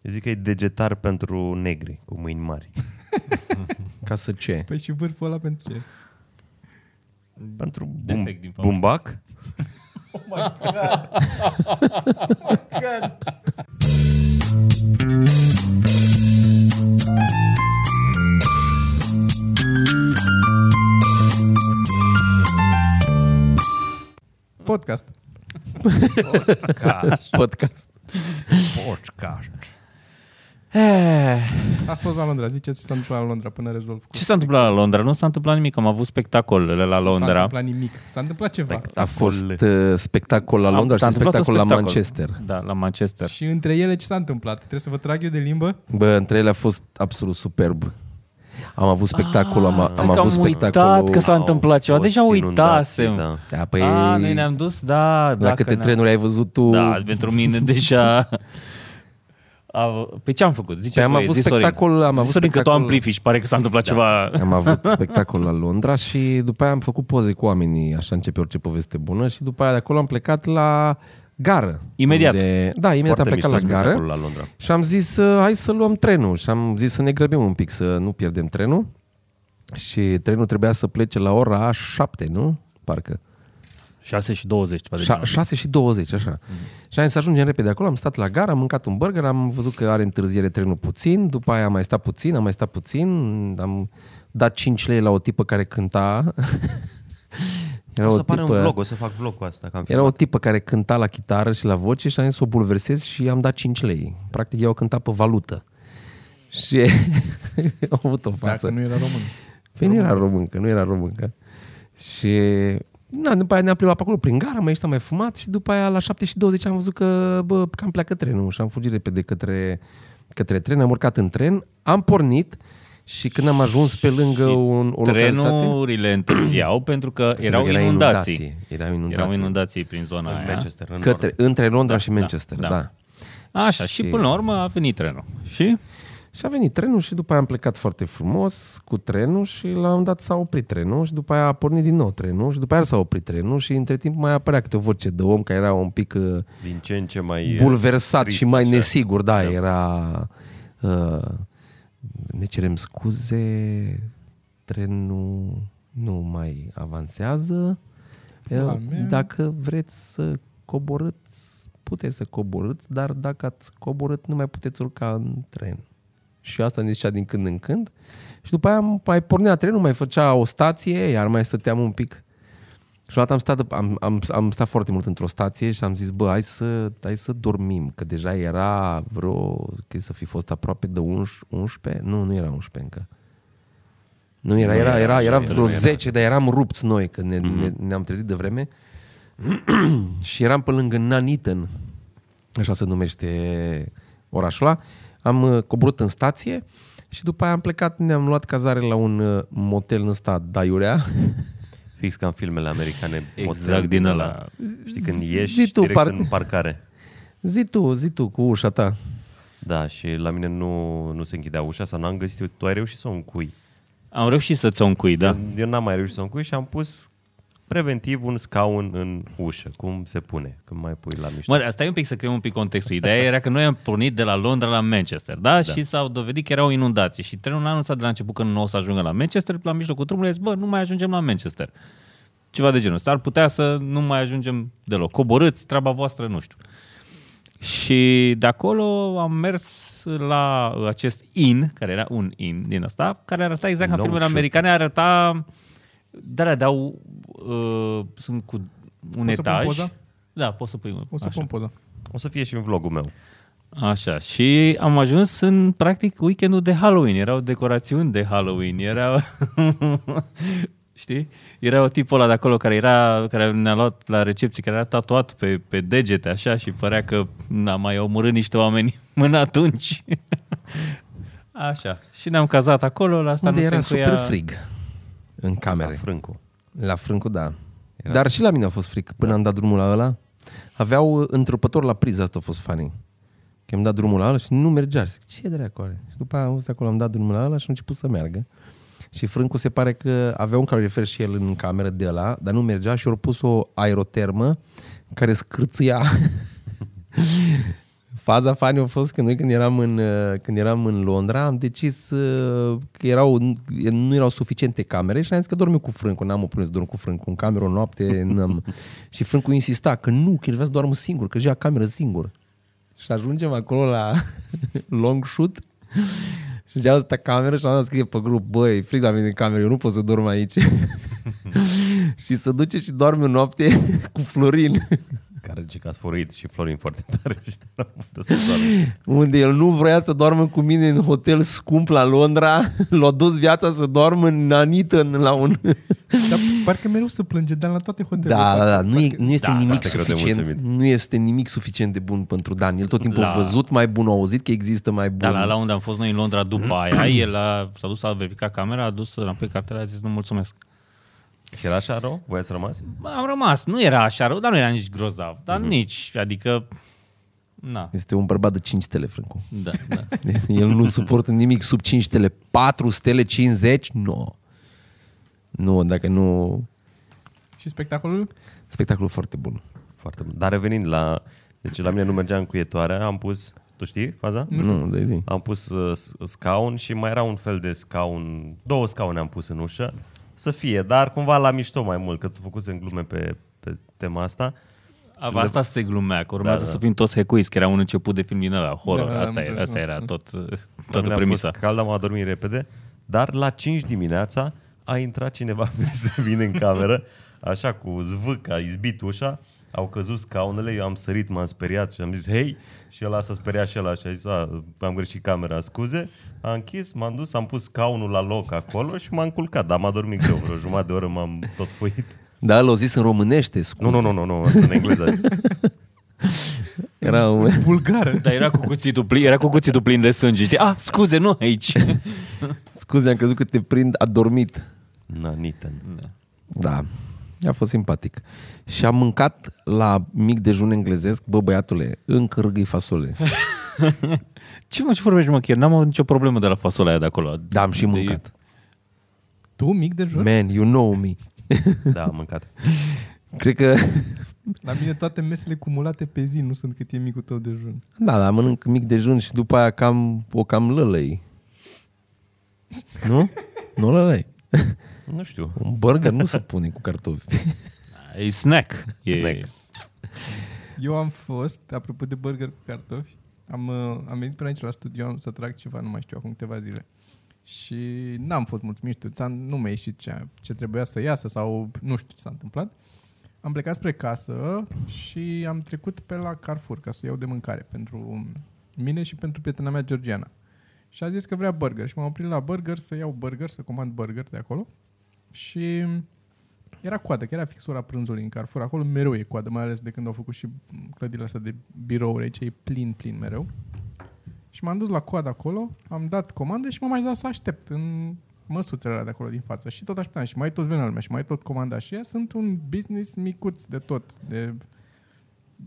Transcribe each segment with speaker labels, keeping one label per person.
Speaker 1: Eu zic că e degetar pentru negri cu mâini mari.
Speaker 2: Ca să ce?
Speaker 3: Păi și vârful ăla pentru ce?
Speaker 1: Pentru bum,
Speaker 4: Defect din fabrică.
Speaker 1: bumbac?
Speaker 3: Podcast.
Speaker 4: Podcast.
Speaker 2: Podcast.
Speaker 4: Podcast.
Speaker 3: Ați fost la Londra, ziceți ce s-a întâmplat la Londra până rezolv cu...
Speaker 4: Eh, Ce s-a întâmplat la Londra? Nu s-a întâmplat nimic, am avut spectacolele la
Speaker 3: S-a
Speaker 4: Londra.
Speaker 3: întâmplat nimic. S-a întâmplat ceva.
Speaker 2: A fost uh, spectacol la
Speaker 4: Am-
Speaker 2: Londra
Speaker 4: s-a
Speaker 2: și
Speaker 4: întâmplat un
Speaker 2: spectacol la Manchester.
Speaker 4: Da, la Manchester.
Speaker 3: Și între ele ce s-a întâmplat? Trebuie să vă trag eu de limbă?
Speaker 2: Bă, între ele a fost absolut superb. Am avut spectacolul, am,
Speaker 4: Ah, Stai
Speaker 2: am
Speaker 4: că
Speaker 2: avut
Speaker 4: am
Speaker 2: spectacolul.
Speaker 4: uitat că s-a Ah, întâmplat ceva.
Speaker 1: Au fost
Speaker 4: Deja uitasem.
Speaker 1: inundații, Da.
Speaker 2: Da, păi,
Speaker 4: A, noi ne-am dus, da.
Speaker 2: la
Speaker 4: dacă
Speaker 2: câte
Speaker 4: ne-am-
Speaker 2: trenuri ai văzut tu?
Speaker 4: Da, pentru mine deja... A, pe ce am făcut? Zice
Speaker 2: Păi am
Speaker 4: Sorin,
Speaker 2: avut
Speaker 4: zi, Sorin.
Speaker 2: spectacol, am
Speaker 4: Zi,
Speaker 2: avut
Speaker 4: Sorin, că tu
Speaker 2: spectacol- Da.
Speaker 4: amplifici, pare că s-a întâmplat ceva...
Speaker 2: Am avut spectacol la Londra și după aia am făcut poze cu oamenii, așa începe orice poveste bună și după aia de acolo am plecat la gară.
Speaker 4: Imediat.
Speaker 2: Unde, da, imediat
Speaker 1: Foarte
Speaker 2: am plecat la
Speaker 1: mișto
Speaker 2: gară.
Speaker 1: spectacolul la Londra.
Speaker 2: Și am zis, uh, hai să luăm trenul. Și am zis să ne grăbim un pic, să nu pierdem trenul. Și trenul trebuia să plece la ora 7, nu? Parcă.
Speaker 4: 6 și 20 ceva de
Speaker 2: Șa-
Speaker 4: genul.
Speaker 2: 6 și 20, așa.
Speaker 1: Mm.
Speaker 2: Și am zis, ajungem repede acolo, am stat la gara, am mâncat un burger, am văzut că are întârziere trenul puțin, după aia am mai stat puțin, am mai stat puțin, am dat 5 lei la o tipă care cânta. Era
Speaker 1: O
Speaker 2: o
Speaker 1: să apară
Speaker 2: tipă-
Speaker 1: un vlog, o să fac vlog cu asta. Că am
Speaker 2: era o tipă care cânta la chitară și la voce și am zis să o bulversez și am dat 5 lei. Practic eu cântat pe valută. Și am avut o față.
Speaker 3: Dacă nu era român.
Speaker 2: Păi nu era româncă, nu era româncă. Și na, după aia ne-am plimbat pe acolo prin gara, mai ieșit, am mai fumat și după aia la 7 și 20 am văzut că bă, cam pleacă trenul și am fugit repede către, către tren, am urcat în tren, am pornit și când am ajuns pe lângă un, o localitate...
Speaker 4: Trenurile întârziau pentru că erau
Speaker 2: Era
Speaker 4: inundații.
Speaker 2: Erau
Speaker 4: Erau
Speaker 2: inundații.
Speaker 4: inundații prin zona
Speaker 1: în
Speaker 4: aia.
Speaker 1: Manchester, în Către...
Speaker 2: Către, între Londra și Manchester,
Speaker 4: da.
Speaker 2: da. da.
Speaker 4: Așa, și până la urmă a venit trenul. Și?
Speaker 2: Și a venit trenul și după aia am plecat foarte frumos cu trenul și la un moment dat s-a oprit trenul și după aia a pornit din nou trenul și după aia s-a oprit trenul și între timp mai apărea câte o voce de om care era un pic uh,
Speaker 1: Din ce în ce mai... uh,
Speaker 2: bulversat
Speaker 1: trist,
Speaker 2: și mai
Speaker 1: așa.
Speaker 2: nesigur, da, era uh, ne cerem scuze, trenul nu mai avansează.
Speaker 3: Pula
Speaker 2: Uh,
Speaker 3: mea.
Speaker 2: Dacă vreți să coborâți, puteți să coborâți, dar dacă ați coborât, nu mai puteți urca în tren. Și asta ne zicea din când în când. Și după aia am- mai pornea trenul, mai făcea o stație, iar mai stăteam un pic. Și la am stat, am, am, am stat foarte mult într-o stație și am zis, bă, hai să, hai să dormim, că deja era vreo, că să fi fost aproape de 11, 11? Nu, nu era 11 încă. Nu era, era, era, era Mhm. vreo 10, dar eram rupți noi, că ne, ne, ne-am trezit de vreme. și eram pe lângă Nuneaton, așa se numește orașul ăla. Am uh, coborât în stație și după aia am plecat, ne-am luat cazare la un uh, motel în ăsta, Daiurea.
Speaker 1: Fix ca în filmele americane.
Speaker 4: Exact
Speaker 1: motel
Speaker 4: din ăla.
Speaker 1: ăla. Știi, când ieși
Speaker 2: Zi tu,
Speaker 1: direct
Speaker 2: par-
Speaker 1: în parcare.
Speaker 2: Zi tu, zi tu, cu ușa ta.
Speaker 1: Da, și la mine nu, nu se închidea ușa sau n-am găsit. Tu ai reușit să o încui.
Speaker 4: Am reușit să-ți o încui, da?
Speaker 1: Eu- Eu n-am mai reușit să o încui și am pus preventiv un scaun în ușă. Cum se pune când mai pui la mișto.
Speaker 4: Mă, stai un pic să creăm un pic contextul. Ideea era că noi am pornit de la Londra la Manchester, da? da. Și s-au dovedit că erau inundații. Și trenul a anunțat de la început că nu o să ajungă la Manchester, la mijlocul drumului a zis, bă, nu mai ajungem la Manchester. Ceva de genul ăsta. Ar putea să nu mai ajungem deloc. Coborâți, treaba voastră, nu știu. Și de acolo am mers la acest in, care era un in din asta, care arăta exact ca
Speaker 1: No
Speaker 4: filmele
Speaker 1: shit.
Speaker 4: americane, arăta... Da, da, dau... Uh, sunt cu un
Speaker 3: Poți să pun
Speaker 4: etaj.
Speaker 3: poza?
Speaker 4: Da, poți să pui
Speaker 3: O să
Speaker 4: așa.
Speaker 3: pun poza.
Speaker 1: O să fie și în vlogul meu.
Speaker 4: Așa, și am ajuns în, practic, weekendul de Halloween. Erau decorațiuni de Halloween, erau... Știi? Era o tipul ăla de acolo care, era, care ne-a luat la recepție, care era tatuat pe, pe degete, așa, și părea că n-a mai omorât niște oameni până atunci. așa. Și ne-am cazat acolo, la asta
Speaker 2: Unde
Speaker 4: nu
Speaker 2: era
Speaker 4: se
Speaker 2: super
Speaker 4: încuia...
Speaker 2: frig în camere.
Speaker 1: Frâncu.
Speaker 2: La Frâncu, da. Dar și la mine a fost fric până da. am dat drumul la ăla. Aveau uh, întrupător la priză, asta a fost funny. Că am dat drumul la ăla și nu mergea. Și Zic, ce dracu are? Și după aia am auzit acolo, am dat drumul la ăla și a început să meargă. Și Frâncu se pare că avea un calorifer și el în cameră de la, dar nu mergea și au pus o aerotermă care scârțâia faza fanii a fost că noi când eram în, uh, când eram în Londra am decis uh, că erau, nu erau suficiente camere și am zis că dorm eu cu frâncul, n-am o problemă să dorm cu frâncul, în cameră o noapte n-am. și frâncul insista că nu, că el vrea să doarmă singur, că își ia cameră singur. Și ajungem acolo la long shoot și își iau asta cameră și am scrie pe grup, băi, frig la mine în cameră, eu nu pot să dorm aici. și se duce și doarme o noapte cu Florin.
Speaker 1: Care zice că ați foruit și Florin foarte tare și nu am putut să doarmă.
Speaker 2: unde el nu vrea să doarmă cu mine în hotel scump la Londra, l-a dus viața să doarmă în Aniton la un...
Speaker 3: Dar parcă mereu se plânge, dar la toate hotelurile.
Speaker 2: Da, da, da, nu, e, nu este
Speaker 1: Da,
Speaker 2: da, nimic
Speaker 1: foarte greu de
Speaker 2: suficient,
Speaker 1: mulțumit. Da.
Speaker 2: nu este nimic suficient de bun pentru Dan. El tot timpul
Speaker 4: La-
Speaker 2: a văzut mai bun, a auzit că există mai bun.
Speaker 4: Dar Da, la, la unde am fost noi în Londra după aia, el a, s-a dus, a verificat camera, a dus înapoi cartela, a zis nu mulțumesc.
Speaker 1: Și era așa rău? Voi ați rămas?
Speaker 4: Bă, am rămas, nu era așa rău, dar nu era nici grozav, dar mm-hmm. nici, adică, na,
Speaker 2: Este un bărbat de 5 stele, Frâncu.
Speaker 4: da, da.
Speaker 2: El nu suportă nimic sub 5 stele. 4 stele 50? Nu. Nu, dacă nu...
Speaker 3: Și spectacolul?
Speaker 2: Spectacolul foarte bun.
Speaker 1: Foarte bun. Dar revenind la... Deci la mine nu mergea încuietoarea, am pus... Tu știi faza?
Speaker 2: Nu, de zi.
Speaker 1: Am pus uh, s- scaun și mai era un fel de scaun, două scaune am pus în ușă, să fie, dar cumva la mișto mai mult, că tu făcusem glume pe, pe tema asta.
Speaker 4: A, Asta se glumea, că urmează da, da. să fim toți hecuiți, că era un început de film din ăla, horror,
Speaker 3: Da,
Speaker 4: da,
Speaker 3: da,
Speaker 4: asta,
Speaker 3: am
Speaker 4: era,
Speaker 3: înțeles,
Speaker 4: asta era tot,
Speaker 1: La
Speaker 4: toată
Speaker 1: mine a
Speaker 4: premisa.
Speaker 1: Fost cald, am adormit repede, dar la 5 dimineața a intrat cineva peste mine în cameră, așa cu zvâc, a izbit ușa, au căzut scaunele, eu am sărit, m-am speriat și am zis hei și el s-a speriat și el și a zis "A, am greșit camera, scuze, a închis, m-am dus, am pus scaunul la loc acolo și m-am culcat, dar m-a dormit greu, vreo jumătate de oră m-am tot fuit.
Speaker 2: Dar el a zis în românește, scuze.
Speaker 1: Nu, nu, nu, nu, nu, asta în engleză. a zis.
Speaker 2: Era un...
Speaker 3: Bulgară.
Speaker 4: Dar era cu cuțitul plin, era cu cuțitul plin de sânge, știi? Ah, scuze, nu aici.
Speaker 2: Scuze, am crezut că te prind adormit.
Speaker 1: Na, Nathan.
Speaker 2: Da, a fost simpatic. Și am mâncat la mic dejun englezesc, bă băiatule, încă râgâi fasole.
Speaker 4: ce mă, ce vorbești mă, chiar n-am avut nicio problemă de la fasolea aia de acolo.
Speaker 2: Da, am și
Speaker 4: De-
Speaker 2: mâncat.
Speaker 3: Tu, mic de jur?
Speaker 2: Man, you know me.
Speaker 1: Da, am mâncat.
Speaker 2: Cred că...
Speaker 3: La mine toate mesele cumulate pe zi nu sunt cât e micul tău dejun.
Speaker 2: Da, da, mănânc mic dejun și după aia cam, o cam lălăi. Nu? Nu lălăi.
Speaker 1: Nu știu.
Speaker 2: Un burger nu se pune cu cartofi.
Speaker 4: E snack. E...
Speaker 1: Snack.
Speaker 3: Eu am fost, apropo de burger cu cartofi, am, uh, am venit până aici la studio am să trag ceva, nu mai știu, acum câteva zile. Și n-am fost mulțumit, știu, ți-am- nu mi-a ieșit ce, ce trebuia să iasă sau nu știu ce s-a întâmplat. Am plecat spre casă și am trecut pe la Carrefour ca să iau de mâncare pentru mine și pentru prietena mea, Georgiana. Și a zis că vrea burger și m-am oprit la burger să iau burger, să comand burger de acolo. Și era coadă, că era fixura prânzului în Carrefour. Acolo mereu e coadă, mai ales de când au făcut și clădirile astea de birouri aici, e plin, plin mereu. Și m-am dus la coadă acolo, am dat comandă și m-am mai dat să aștept în măsuțele alea de acolo din față. Și tot așteptam și mai tot venea lumea și mai tot comanda și ea. Sunt un business micuț de tot, de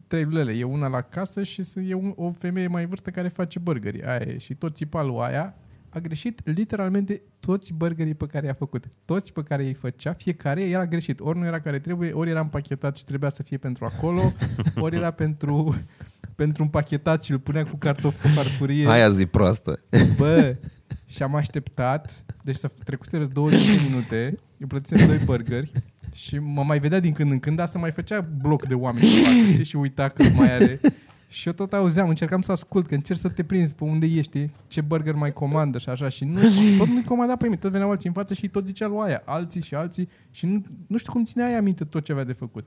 Speaker 3: trei lele. E una la casă și sunt- e un, o femeie mai în vârstă care face burgeri. Aia e. Și tot țipalul aia a greșit literalmente toți burgerii pe care i-a făcut. Toți pe care i făcea, fiecare era greșit. Ori nu era care trebuie, ori era împachetat și trebuia să fie pentru acolo, ori era pentru, pentru împachetat și îl punea cu cartofi cu farfurie.
Speaker 2: Aia zi proastă.
Speaker 3: Bă, și am așteptat, deci să trecuseră 20 de minute, eu plătisem doi burgeri și mă mai vedea din când în când, dar să mai făcea bloc de oameni în față, știi, și uita că mai are. Și eu tot auzeam, încercam să ascult, că încerc să te prinzi pe unde ești, ce burger mai comandă și așa. Și nu, tot nu-i comanda pe mine, tot veneau alții în față și tot zicea lui aia, alții și alții. Și nu, nu știu cum ținea aia minte tot ce avea de făcut.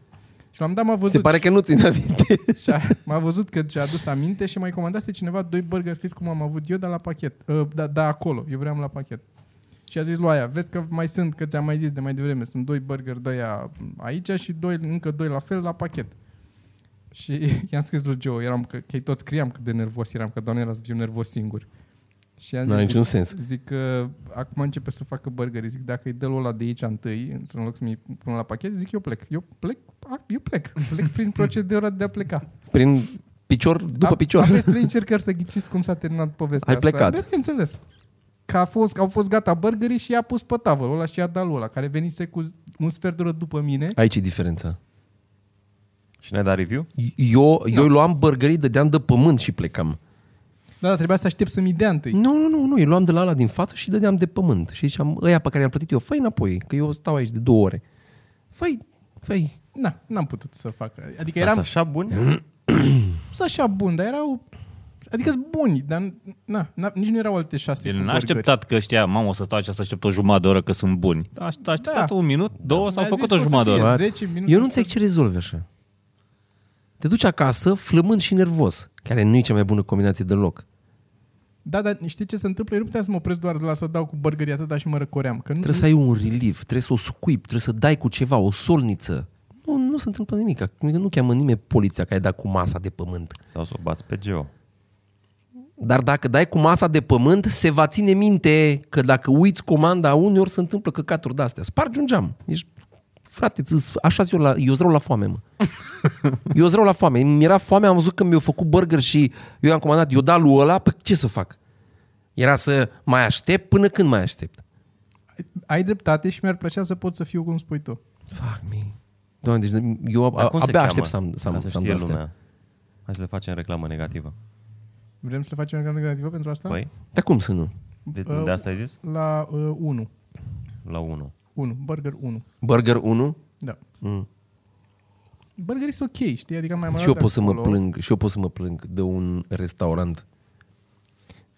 Speaker 3: Și l-am dat, m-a văzut.
Speaker 2: Se pare că nu țin aminte.
Speaker 3: Și a, m-a văzut că și-a adus aminte și mai comandase cineva doi burger fiți cum am avut eu, dar la pachet. Uh, da, da, acolo. Eu vreau la pachet. Și a zis lui aia, vezi că mai sunt, că ți-am mai zis de mai devreme, sunt doi burger de aia aici și doi, încă doi la fel la pachet. Și i-am scris lui Joe, eram, că, că toți scriam cât de nervos eram, că doamne era să fiu nervos singur. Și i-am
Speaker 2: N-are
Speaker 3: zis,
Speaker 2: niciun sens.
Speaker 3: Zic că acum începe să facă burgeri. Zic, dacă îi dă ăla de aici întâi, în loc să mi pun la pachet, zic, eu plec. Eu plec, a, eu plec. Plec prin procedura de a pleca.
Speaker 2: Prin picior, după
Speaker 3: A-
Speaker 2: picior.
Speaker 3: Aveți trei încercări să ghiciți cum s-a terminat povestea
Speaker 2: Ai
Speaker 3: asta.
Speaker 2: plecat.
Speaker 3: Da, bineînțeles. Că a fost, au fost gata burgerii și i-a pus pe tavă ăla și i-a dat lui ăla, care venise cu un sfert de oră după mine.
Speaker 2: Aici e diferența.
Speaker 1: Și ne-ai dat review?
Speaker 2: Eu, eu îi luam bărgării, dădeam de pământ și plecam.
Speaker 3: Da, dar trebuia să aștept să-mi dea întâi.
Speaker 2: Nu, nu, nu, nu, îi luam de la ala din față și îi dădeam de pământ. Și ziceam, ăia pe care i-am plătit eu, fă înapoi, că eu stau aici de două ore. Făi, făi.
Speaker 3: Na, n-am putut să fac.
Speaker 2: Da,
Speaker 3: Adică
Speaker 1: Eram...
Speaker 3: eram
Speaker 1: așa bun?
Speaker 3: sunt așa bun, dar erau... Adică sunt buni, dar na, na, nici nu erau alte șase
Speaker 4: El
Speaker 3: cu
Speaker 4: n-a
Speaker 3: burgeri.
Speaker 4: așteptat că ăștia, mamă, o să stau aici să aștept o jumătate de oră că sunt buni. A a așteptat
Speaker 3: Da.
Speaker 4: un minut, două, sau
Speaker 3: Mi-a
Speaker 4: făcut
Speaker 3: zis
Speaker 4: o
Speaker 3: că o să
Speaker 4: jumătate de
Speaker 3: fie
Speaker 4: oră.
Speaker 2: Bă,
Speaker 3: zece minute
Speaker 2: eu nu
Speaker 3: și
Speaker 2: înțeleg ce rezolvi așa. Te duci acasă flămând și nervos, care nu e cea mai bună combinație deloc.
Speaker 3: Da, dar știi ce se întâmplă? Eu nu puteam să mă opresc doar la să dau cu burgerii atâta și mă răcoream. Că nu,
Speaker 2: Trebuie să ai un relief, trebuie să o scuip, trebuie să dai cu ceva, o solniță. Nu, nu se întâmplă nimic. Acum Nu cheamă nimeni poliția care ai dat cu masa de pământ.
Speaker 1: Sau să o bați pe Geo.
Speaker 2: Dar dacă dai cu masa de pământ, se va ține minte că dacă uiți comanda, uneori se întâmplă căcaturi de-astea. Spargi un geam. Ești, frate, ți-s- așa eu, la, eu rău la foame, mă. Eu rău la foame. Mi-era foame, am văzut că mi-au făcut burger și eu am comandat, eu da lui ăla, pe ce să fac? Era să mai aștept până când mai aștept.
Speaker 3: ai dreptate și mi-ar plăcea să pot să fiu cum spui tu.
Speaker 2: Fuck me. Doamne, deci eu
Speaker 1: Dar
Speaker 2: a,
Speaker 1: cum se
Speaker 2: abia
Speaker 1: cheamă?
Speaker 2: aștept să am, să
Speaker 1: Ca
Speaker 2: am, să am
Speaker 1: știe
Speaker 2: de-astea.
Speaker 1: lumea. Hai să le facem reclamă negativă.
Speaker 3: Vrem să le facem reclamă negativă pentru asta?
Speaker 1: Păi,
Speaker 2: Dar cum să nu?
Speaker 1: de,
Speaker 3: Uh,
Speaker 1: de asta ai zis?
Speaker 3: La uh, 1.
Speaker 1: La 1.
Speaker 3: 1. Burger 1.
Speaker 2: Burger 1?
Speaker 3: Da.
Speaker 2: Mm.
Speaker 3: Burger sunt ok, știi? Adică mai
Speaker 2: Și eu pot să mă plâng, și eu pot să mă plâng de un restaurant.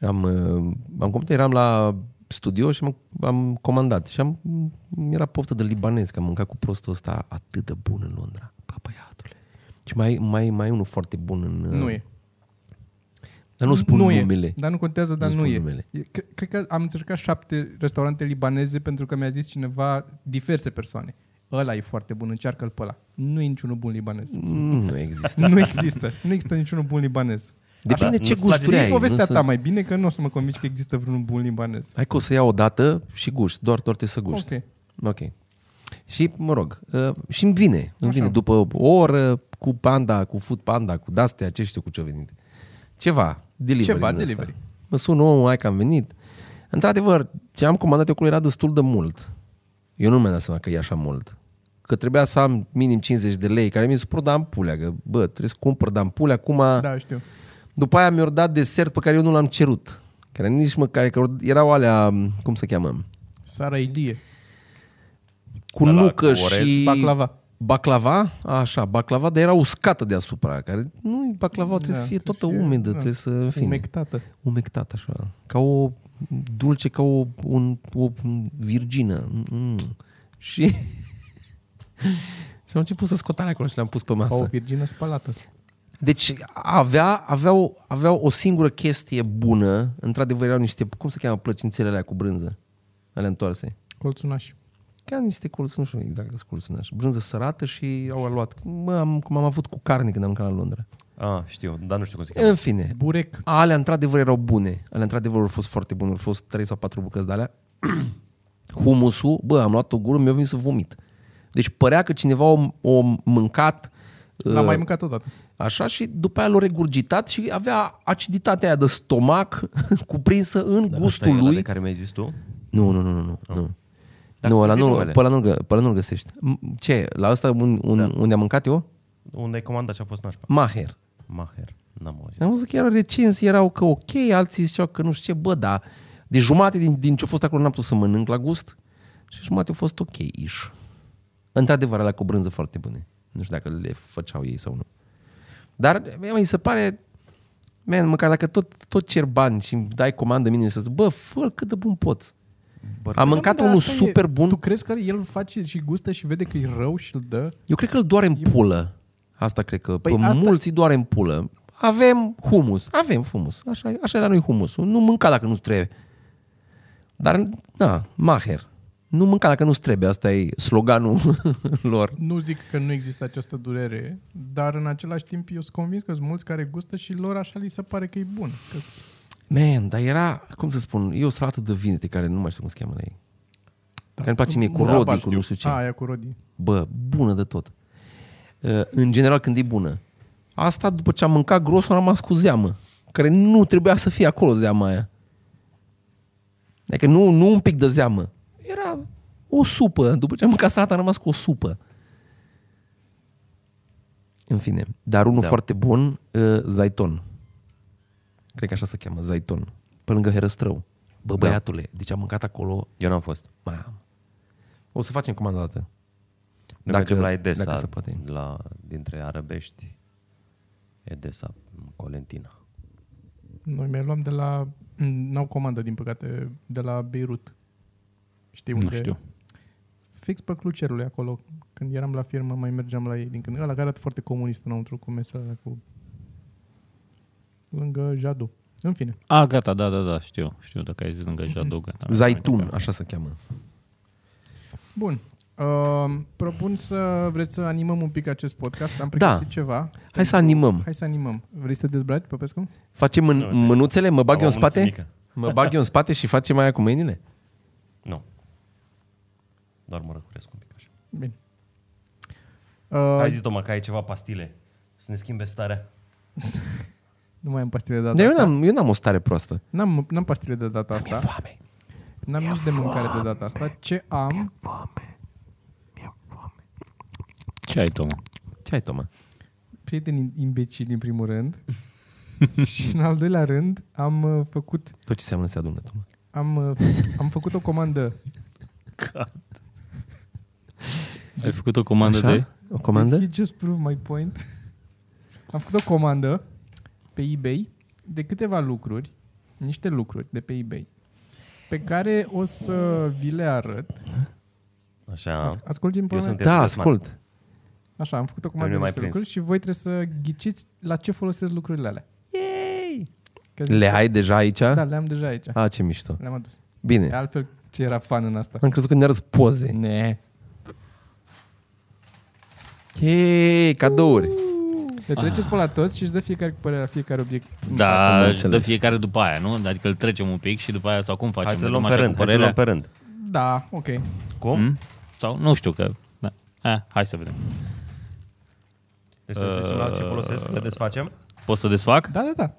Speaker 2: Am, uh, am comandat, eram la studio și am, am comandat și am, mi era poftă de libanez, că am mâncat cu prostul ăsta atât de bun în Londra. Papaiatule. Și mai, mai, mai e unul foarte bun în... uh,
Speaker 3: Nu e.
Speaker 2: Dar nu spun
Speaker 3: nu
Speaker 2: numele.
Speaker 3: E. Dar nu contează, dar
Speaker 2: Nu
Speaker 3: nu,
Speaker 2: spun
Speaker 3: e.
Speaker 2: numele.
Speaker 3: E- cre- Cred că am încercat șapte restaurante libaneze pentru că mi-a zis cineva diverse persoane. Ăla e foarte bun, încearcă-l pe ăla. Nu e niciunul bun libanez.
Speaker 2: Mm, Nu există.
Speaker 3: nu există. Nu există niciunul bun libanez.
Speaker 2: Depinde
Speaker 1: Așa,
Speaker 2: ce
Speaker 1: nu-ți place
Speaker 2: gusturi ai.
Speaker 3: Zi
Speaker 2: nu
Speaker 3: povestea
Speaker 2: sunt-
Speaker 3: ta mai bine că nu o să mă convingi că există vreunul bun libanez.
Speaker 2: Hai că o să iau o dată și gust, doar doar te să gust.
Speaker 3: Ok.
Speaker 2: Ok. Și, mă rog, uh, și îmi vine, îmi vine după o oră cu panda, cu food panda, cu dastea, ce știu cu ce venit. Ceva, delivery.
Speaker 3: Ceva,
Speaker 2: din ăsta.
Speaker 3: delivery.
Speaker 2: Mă sună omul, hai că am venit. Într-adevăr, ce am comandat eu acolo era destul de mult. Eu nu mi-am dat seama că e așa mult. Că trebuia să am minim 50 de lei, care mi se pur, dar am pulea, că bă, trebuie să cumpăr, dar am pulea, acum...
Speaker 3: Da, știu.
Speaker 2: După aia mi-au dat desert pe care eu nu l-am cerut. Care nici măcar, că erau alea, cum se cheamă?
Speaker 3: Sara Ilie.
Speaker 2: Cu
Speaker 1: Ăla
Speaker 2: nucă
Speaker 1: cu orez.
Speaker 2: și...
Speaker 3: Baclava.
Speaker 2: Baclava, așa, baclava, dar era uscată deasupra, care nu baclava, trebuie
Speaker 3: Da,
Speaker 2: să fie
Speaker 3: trebuie
Speaker 2: toată
Speaker 3: să fie,
Speaker 2: umedă,
Speaker 3: da,
Speaker 2: trebuie să în fine,
Speaker 3: Umectată.
Speaker 2: umectată așa, ca o dulce, ca o, un, o virgină. Mm. Și... și am început să scot alea acolo și le-am pus pe
Speaker 3: Ca o
Speaker 2: masă.
Speaker 3: virgină spălată.
Speaker 2: Deci avea, avea, o, avea o singură chestie bună, într-adevăr erau niște, cum se cheamă plăcințele alea cu brânză, alea întoarse.
Speaker 3: Colțunaș.
Speaker 2: Ca niște colțuri, nu știu exact dacă sunt colțuri, așa. brânză sărată și au luat, mă, am, cum am avut cu carne când am mâncat la Londra.
Speaker 1: Ah, știu, dar nu știu cum se cheamă.
Speaker 2: În fine,
Speaker 3: Burec.
Speaker 2: alea într-adevăr erau bune, alea într-adevăr au fost foarte bune, au fost 3 sau 4 bucăți de alea. Humusul, bă, am luat o gură, mi-a venit să vomit. Deci părea că cineva o, o mâncat uh,
Speaker 3: L-am mai mâncat odată.
Speaker 2: Așa și după aia l-a regurgitat și avea aciditatea aia de stomac cuprinsă în da,
Speaker 1: Asta
Speaker 2: gustul
Speaker 1: e ăla de
Speaker 2: lui.
Speaker 1: care mi-ai zis tu?
Speaker 2: Nu, nu, nu, nu, nu. nu.
Speaker 1: Dar
Speaker 2: nu,
Speaker 1: cum
Speaker 2: ăla
Speaker 1: zi
Speaker 2: nu,
Speaker 1: numele?
Speaker 2: pe ăla nu-l, gă- pe ăla nu-l găsești. M- Ce? La asta un, un, da. unde am mâncat eu?
Speaker 1: Unde ai comandat și a fost nașpa?
Speaker 2: Maher.
Speaker 1: Maher. N-am auzit.
Speaker 2: Am văzut că erau recenzii, erau că ok, alții ziceau că nu știu ce, bă, da. De jumate din, din ce a fost acolo n-am putut să mănânc la gust și jumate a fost ok ish. Într-adevăr, alea cu brânză foarte bune. Nu știu dacă le făceau ei sau nu. Dar mie mi se pare, man, măcar dacă tot, tot cer bani și îmi dai comandă minim să zic, bă, fă cât de bun poți. Am mâncat
Speaker 3: Da, mă,
Speaker 2: unul
Speaker 3: dar asta e-
Speaker 2: super bun.
Speaker 3: Tu crezi că el îl face și gustă și vede că e rău și îl dă?
Speaker 2: Eu cred că îl doare în pulă. Asta cred că păi pe
Speaker 3: asta-
Speaker 2: asta... mulți îi doare în pulă. Avem humus. Avem humus. Așa, așa era noi humusul. Nu mânca dacă nu-ți trebuie. Dar, da, maher. Nu mânca dacă nu-ți trebuie. Asta e sloganul lor.
Speaker 3: Nu zic că nu există această durere, dar în același timp eu sunt convins că sunt mulți care gustă și lor așa li se pare că e bun. Că
Speaker 2: Man, dar era, cum să spun, e o salată de vinete care nu mai știu cum se cheamă la ei. Care îmi place mie, cu
Speaker 3: Muraba,
Speaker 2: rodii, cu
Speaker 3: știu.
Speaker 2: nu știu ce.
Speaker 3: A, aia cu rodii.
Speaker 2: Bă, bună de tot. Uh, În general când e bună. Asta după ce am mâncat gros, am rămas cu zeamă. Care nu trebuia să fie acolo zeama aia. Adică nu, nu un pic de zeamă. Era o supă. După ce am mâncat salata, am rămas cu o supă. În fine. Dar unul
Speaker 1: Da.
Speaker 2: da. foarte bun, uh, Zaiton. Cred că așa se cheamă, Zaiton. Pe lângă Herăstrău. Bă, băiatule, deci am mâncat acolo.
Speaker 1: Eu n-am fost.
Speaker 2: Mamă. O să facem comanda dată.
Speaker 1: Noi
Speaker 2: Dacă-
Speaker 1: mergem la Edesa,
Speaker 2: dacă se poate.
Speaker 1: La, dintre Arăbești, Edesa, Colentina.
Speaker 3: Noi mai luam de la... N-au comandă, din păcate, de la Beirut. Știi unde?
Speaker 4: Nu știu.
Speaker 3: Fix pe Clucerului acolo. Când eram la firmă, mai mergeam la ei din când. în când. Ăla care arată foarte comunist înăuntru cu mesele alea cu... Lângă Jadu. În fine.
Speaker 4: A, gata, da, da, da, știu. Știu dacă ai zis lângă Jadou, gata.
Speaker 2: Zaitun, așa se cheamă.
Speaker 3: Bun. Uh, propun să vreți să animăm un pic acest podcast. Am pregătit ceva.
Speaker 2: Hai să animăm.
Speaker 3: Hai să animăm. Vrei să te dezbraci, Popescu?
Speaker 2: Facem în, mânuțele, mă bag
Speaker 1: Am
Speaker 2: eu în
Speaker 1: o
Speaker 2: spate?
Speaker 1: mulțumică.
Speaker 2: Mă bag eu în spate și facem aia cu mâinile?
Speaker 1: Nu. Doar mă răcuresc un pic așa.
Speaker 3: Bine.
Speaker 1: Hai
Speaker 3: Uh,
Speaker 1: zi, Toma, că ai ceva pastile. Să ne schimbe starea.
Speaker 3: nu mai am pastile de
Speaker 2: Da,
Speaker 3: data
Speaker 2: eu,
Speaker 3: asta.
Speaker 2: n-am, eu n-am o stare proastă.
Speaker 3: N-am, n-am pastile de data asta.
Speaker 2: Foame.
Speaker 3: N-am nici de mâncare de data asta. Ce am?
Speaker 4: Ce ai, Toma?
Speaker 2: Ce ai, Toma?
Speaker 3: Prieteni imbecili, în primul rând. și în al doilea rând, am uh, făcut,
Speaker 2: Tot ce seamănă se adună, Toma.
Speaker 3: am, uh, am făcut o comandă.
Speaker 4: Ai făcut o comandă
Speaker 2: Așa?
Speaker 4: de...
Speaker 2: O comandă?
Speaker 3: He just proved my point. am făcut o comandă pe eBay de câteva lucruri, niște lucruri de pe eBay, pe care o să vi le arăt.
Speaker 1: Așa.
Speaker 3: As- Ascultiți-mi
Speaker 1: Eu
Speaker 3: până
Speaker 1: sunt
Speaker 2: Da,
Speaker 1: Te-ai
Speaker 2: ascult.
Speaker 3: Așa, am făcut o
Speaker 1: Pe
Speaker 3: comandă
Speaker 1: mine
Speaker 3: de
Speaker 1: m-ai
Speaker 3: niște
Speaker 1: prins.
Speaker 3: lucruri și voi trebuie să ghiciți la ce folosesc lucrurile alea. Yay!
Speaker 2: Le ai Ah. deja aici?
Speaker 3: Da, le-am deja aici.
Speaker 2: A, ce mișto.
Speaker 3: Le-am adus.
Speaker 2: Bine.
Speaker 3: Altfel, ce era fan în asta?
Speaker 2: Am crezut că ne arăți poze.
Speaker 3: Ne.
Speaker 2: Hei, cadouri!
Speaker 3: Le treceți pe la toți și își dă fiecare cu părerea fiecare obiect.
Speaker 4: Da,
Speaker 2: Am
Speaker 4: își dă
Speaker 2: înțeles.
Speaker 4: fiecare după aia, nu? Adică îl trecem un pic și după aia sau cum facem?
Speaker 1: Hai să
Speaker 4: Le
Speaker 1: luăm pe
Speaker 4: așa
Speaker 1: rând.
Speaker 4: cu
Speaker 1: Hai să
Speaker 4: părerea?
Speaker 1: luăm pe rând.
Speaker 3: Da, ok.
Speaker 1: Cum?
Speaker 4: Mm? Sau nu știu că... Da. A, hai să vedem.
Speaker 1: Deci trebuie să zicem la ce folosesc, le desfacem.
Speaker 4: Pot să desfac?
Speaker 3: Da, da, da.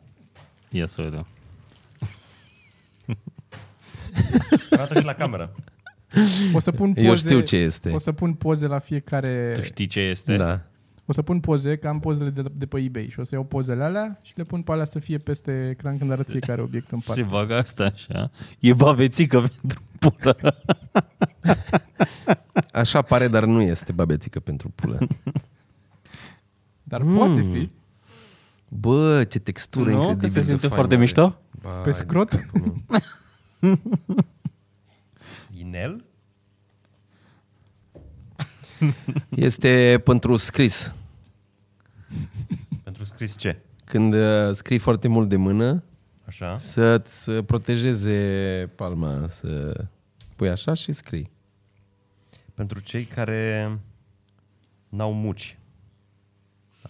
Speaker 4: Ia să vedem.
Speaker 1: Arată și la cameră.
Speaker 3: O să pun poze,
Speaker 2: Eu știu ce este.
Speaker 3: O să pun poze la fiecare...
Speaker 4: Tu știi ce este?
Speaker 2: Da.
Speaker 3: O să pun poze, că am pozele de, de pe eBay și o să iau pozele alea și le pun pe alea să fie peste ecran când arăt fiecare obiect în
Speaker 4: Se
Speaker 3: parte.
Speaker 4: bagă asta așa. E bavețică pentru pula.
Speaker 2: Așa pare, dar nu este babețică pentru pulă.
Speaker 3: Dar poate fi
Speaker 2: Mm. Bă, ce textură
Speaker 4: Nu? Că
Speaker 2: incredibil
Speaker 4: se
Speaker 2: de
Speaker 4: simte
Speaker 2: faină
Speaker 4: foarte
Speaker 2: are.
Speaker 4: mișto?
Speaker 2: Ba,
Speaker 3: pe scrot.
Speaker 1: Inel?
Speaker 2: Este pentru scris.
Speaker 1: Pentru scris ce?
Speaker 2: Când uh, scrii foarte mult de mână,
Speaker 1: Așa.
Speaker 2: să-ți protejeze palma, să pui așa și scrii.
Speaker 1: Pentru cei care n-au muci.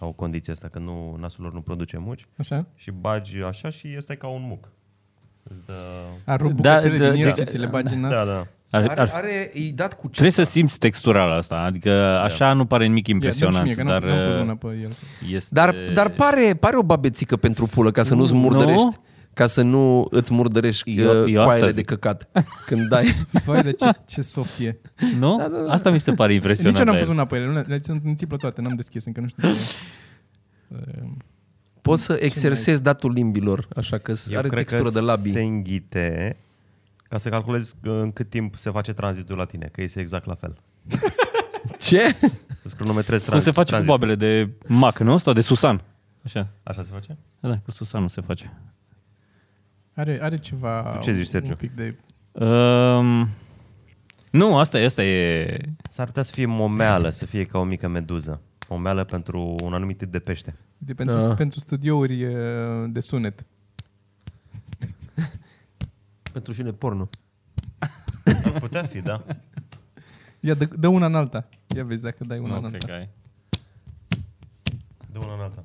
Speaker 1: Au condiția asta, că nu, nasul lor nu produce muci.
Speaker 3: Așa?
Speaker 1: Și bagi așa și este ca un muc. Îți dă...
Speaker 3: A rupt
Speaker 4: Da,
Speaker 3: bucățele
Speaker 4: da,
Speaker 3: din ele
Speaker 4: da.
Speaker 3: și ți le bagi în nas.
Speaker 1: Da, da.
Speaker 4: Ar,
Speaker 2: Are,
Speaker 4: ar,
Speaker 2: are, e dat cu
Speaker 4: trebuie să simți textura la asta. Adică așa nu pare nimic
Speaker 3: Ia, dă-mi și
Speaker 4: impresionant,
Speaker 3: mie, că n-am-
Speaker 4: dar... uh,
Speaker 3: n-am pus mâna pe el.
Speaker 4: Este...
Speaker 2: Dar, da. dar pare, pare o babețică pentru pulă, ca să nu-ți murdărești.
Speaker 4: Nu?
Speaker 2: Ca să nu îți murdărești
Speaker 4: Eu-
Speaker 2: eu,
Speaker 4: eu
Speaker 2: eu
Speaker 4: asta
Speaker 2: coaiele
Speaker 4: zic.
Speaker 2: de căcat când dai.
Speaker 3: Vai, de ce, ce soft e.
Speaker 4: Nu? Asta mi se pare impresionant. da.
Speaker 3: Nici eu n-am
Speaker 4: la
Speaker 3: pus
Speaker 4: el.
Speaker 3: mâna pe ele, nu le, le sunt în țiplă toate, n-am deschis încă, nu știu ce e. Um,
Speaker 2: Poți să exersezi datul limbilor, așa că
Speaker 1: Eu
Speaker 2: are
Speaker 1: cred
Speaker 2: textură
Speaker 1: că
Speaker 2: de labii.
Speaker 1: se înghite ca să calculezi uh, în cât timp se face tranzitul la tine, că este exact la fel.
Speaker 2: Ce?
Speaker 1: Să-ți cronometrezi
Speaker 4: Cum
Speaker 1: tranzit,
Speaker 4: se face cu
Speaker 1: tranzitul.
Speaker 4: babele de mac, nu? Sau de Susan. Așa.
Speaker 1: Așa se face?
Speaker 4: Da, Da, cu Susanul se face.
Speaker 3: Are, are ceva...
Speaker 1: Tu ce zici, Sergiu?
Speaker 3: Un pic de...
Speaker 4: Um, nu, asta e, asta e...
Speaker 1: S-ar putea să fie momeală, să fie ca o mică meduză. Momeală pentru un anumit tip de pește.
Speaker 3: de pentru,
Speaker 2: Da.
Speaker 3: pentru studiouri e, de sunet.
Speaker 2: Pentru filme porno.
Speaker 1: Ar putea fi, da.
Speaker 3: Ia, dă, dă una în alta. Ia vezi dacă dai una
Speaker 4: nu,
Speaker 3: în
Speaker 4: cred
Speaker 3: alta.
Speaker 4: că ai.
Speaker 1: De una în alta.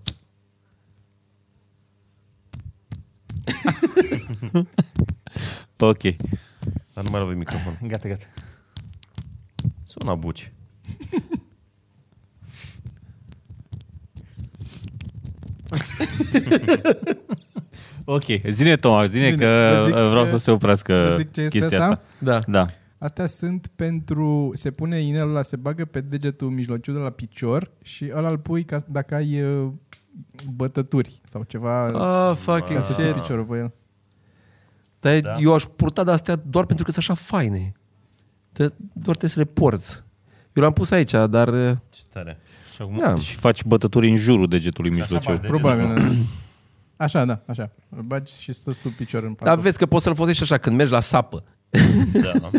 Speaker 4: Ok.
Speaker 1: Dar nu mai lovi microfon.
Speaker 4: Gata, gata.
Speaker 1: Sună buci.
Speaker 4: Ok, zine Toma, zine
Speaker 3: Bine,
Speaker 4: că
Speaker 3: vă zic
Speaker 4: vreau
Speaker 3: ce-
Speaker 4: să se oprească
Speaker 3: vă zic ce este
Speaker 4: chestia asta.
Speaker 3: asta?
Speaker 2: Da.
Speaker 4: Da.
Speaker 3: Astea sunt pentru... Se pune inelul ăla, se bagă pe degetul mijlociu de la picior și ăla îl pui ca, dacă ai uh, bătături sau ceva
Speaker 2: Ah, fucking
Speaker 3: ca să ții
Speaker 2: shit.
Speaker 3: piciorul pe el.
Speaker 2: Dar
Speaker 1: Da.
Speaker 2: da. eu aș purta de astea doar pentru că sunt așa faine. Te, doar trebuie să le porți. Eu l-am pus aici, dar... uh,
Speaker 1: Ce tare.
Speaker 4: Și, acum,
Speaker 2: Da.
Speaker 4: și faci bătături în jurul degetului
Speaker 1: așa
Speaker 4: mijlociu.
Speaker 1: fac de-
Speaker 3: Probabil. da. Așa, da, așa. Îl bagi și stă tu picior în
Speaker 2: Dar
Speaker 3: pat.
Speaker 2: vezi că poți să-l folosești așa când mergi la sapă.
Speaker 1: Da,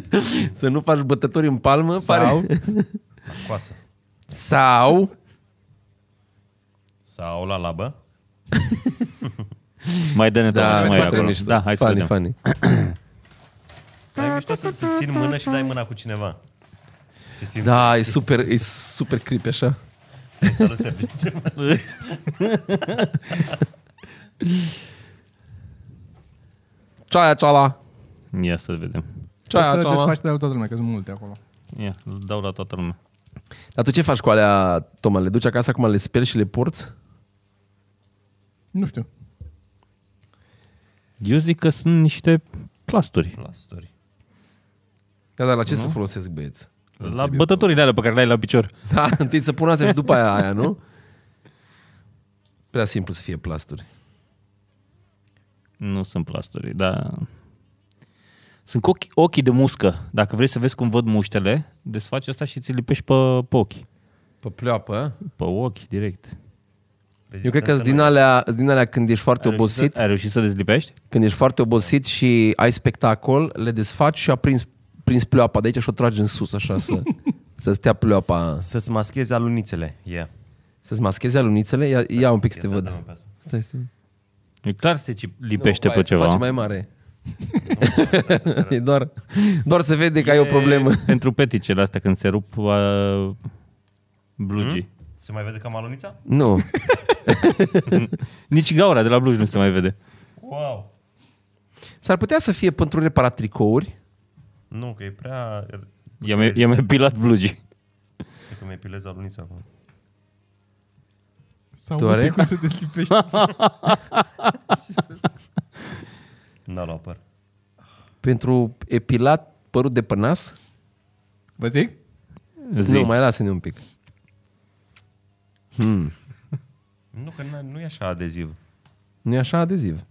Speaker 2: Să nu faci bătători în palmă,
Speaker 3: Sau,
Speaker 2: pare.
Speaker 1: la coasă.
Speaker 2: Sau
Speaker 1: Sau la labă.
Speaker 4: Mai dă-ne
Speaker 2: Da,
Speaker 4: da,
Speaker 2: hai
Speaker 4: mai
Speaker 2: să
Speaker 4: e acolo.
Speaker 2: mișto.
Speaker 4: Da, hai să
Speaker 2: funny,
Speaker 4: vedem.
Speaker 2: funny.
Speaker 1: Să ai mișto să, să țin mână și dai mâna cu cineva. Și simți
Speaker 2: Da, e super, e super creepy așa.
Speaker 1: că nu se atinge.
Speaker 2: Ceaia ceala.
Speaker 4: Ia să vedem.
Speaker 2: Ceaia
Speaker 3: Poți să
Speaker 2: ceala.
Speaker 3: desfaci de la toată lumea, că sunt multe acolo.
Speaker 4: Ia, îl dau la toată lumea.
Speaker 2: Dar tu ce faci cu alea, Toma? Le duci acasă acum, le speli și le porți?
Speaker 3: Nu știu.
Speaker 4: Eu zic că sunt niște plasturi.
Speaker 1: La story.
Speaker 2: Da, dar la ce să folosesc băieți?
Speaker 4: La
Speaker 2: Întreb eu.
Speaker 4: bătăturile alea pe care le ai la picior.
Speaker 2: Da, întâi să pun astea și după aia aia, nu? Prea simplu să fie plasturi.
Speaker 4: Nu sunt plasturi, dar... Sunt cu ochii, ochii de muscă. Dacă vrei să vezi cum văd muștele, desfaci asta și ți lipești pe, pe ochi.
Speaker 2: Pe pleoapă, eh?
Speaker 4: Pe ochi, direct.
Speaker 2: Eu cred că sunt din alea, sunt din alea când ești foarte
Speaker 4: Ai reușit să-
Speaker 2: obosit,
Speaker 4: Ai reușit să dezlipești?
Speaker 2: când ești foarte obosit și ai spectacol, le desfaci și aprins prins pleoapa de aici și o tragi în sus, așa, să, să stea pleoapa,
Speaker 1: Să-ți maschezi alunițele. Yeah.
Speaker 2: să-ți maschezi alunițele. Ia, ia un pic să te
Speaker 1: Da, mă,
Speaker 2: văd.
Speaker 1: pe asta.
Speaker 2: Stai, stai.
Speaker 4: E clar se ci- lipește
Speaker 2: Nu,
Speaker 4: pe
Speaker 2: aia se
Speaker 4: ceva.
Speaker 2: Face mai mare. e doar, doar se vede că ai o problemă.
Speaker 4: Pentru peticele astea când se rup uh, blugii. Hmm?
Speaker 1: Se mai vede cam alunița?
Speaker 2: Nu,
Speaker 4: Nici gaura de la blugi nu se mai vede.
Speaker 1: Wow!
Speaker 2: S-ar putea să fie pentru reparat tricouri.
Speaker 1: Nu, că e prea...
Speaker 4: I-am, i-am epilat blugii.
Speaker 1: Cred că mi-e pilez alunița acum.
Speaker 3: Sau
Speaker 2: Tu
Speaker 3: uite
Speaker 2: are?
Speaker 3: cum se deslipește.
Speaker 1: N-a luat păr.
Speaker 2: Pentru epilat părul de pe nas.
Speaker 3: Vă zic?
Speaker 4: Zi.
Speaker 2: Nu, mai lasă-ne un pic. Hmm.
Speaker 1: Nu, că n- nu e așa adeziv.
Speaker 2: Nu e așa adeziv.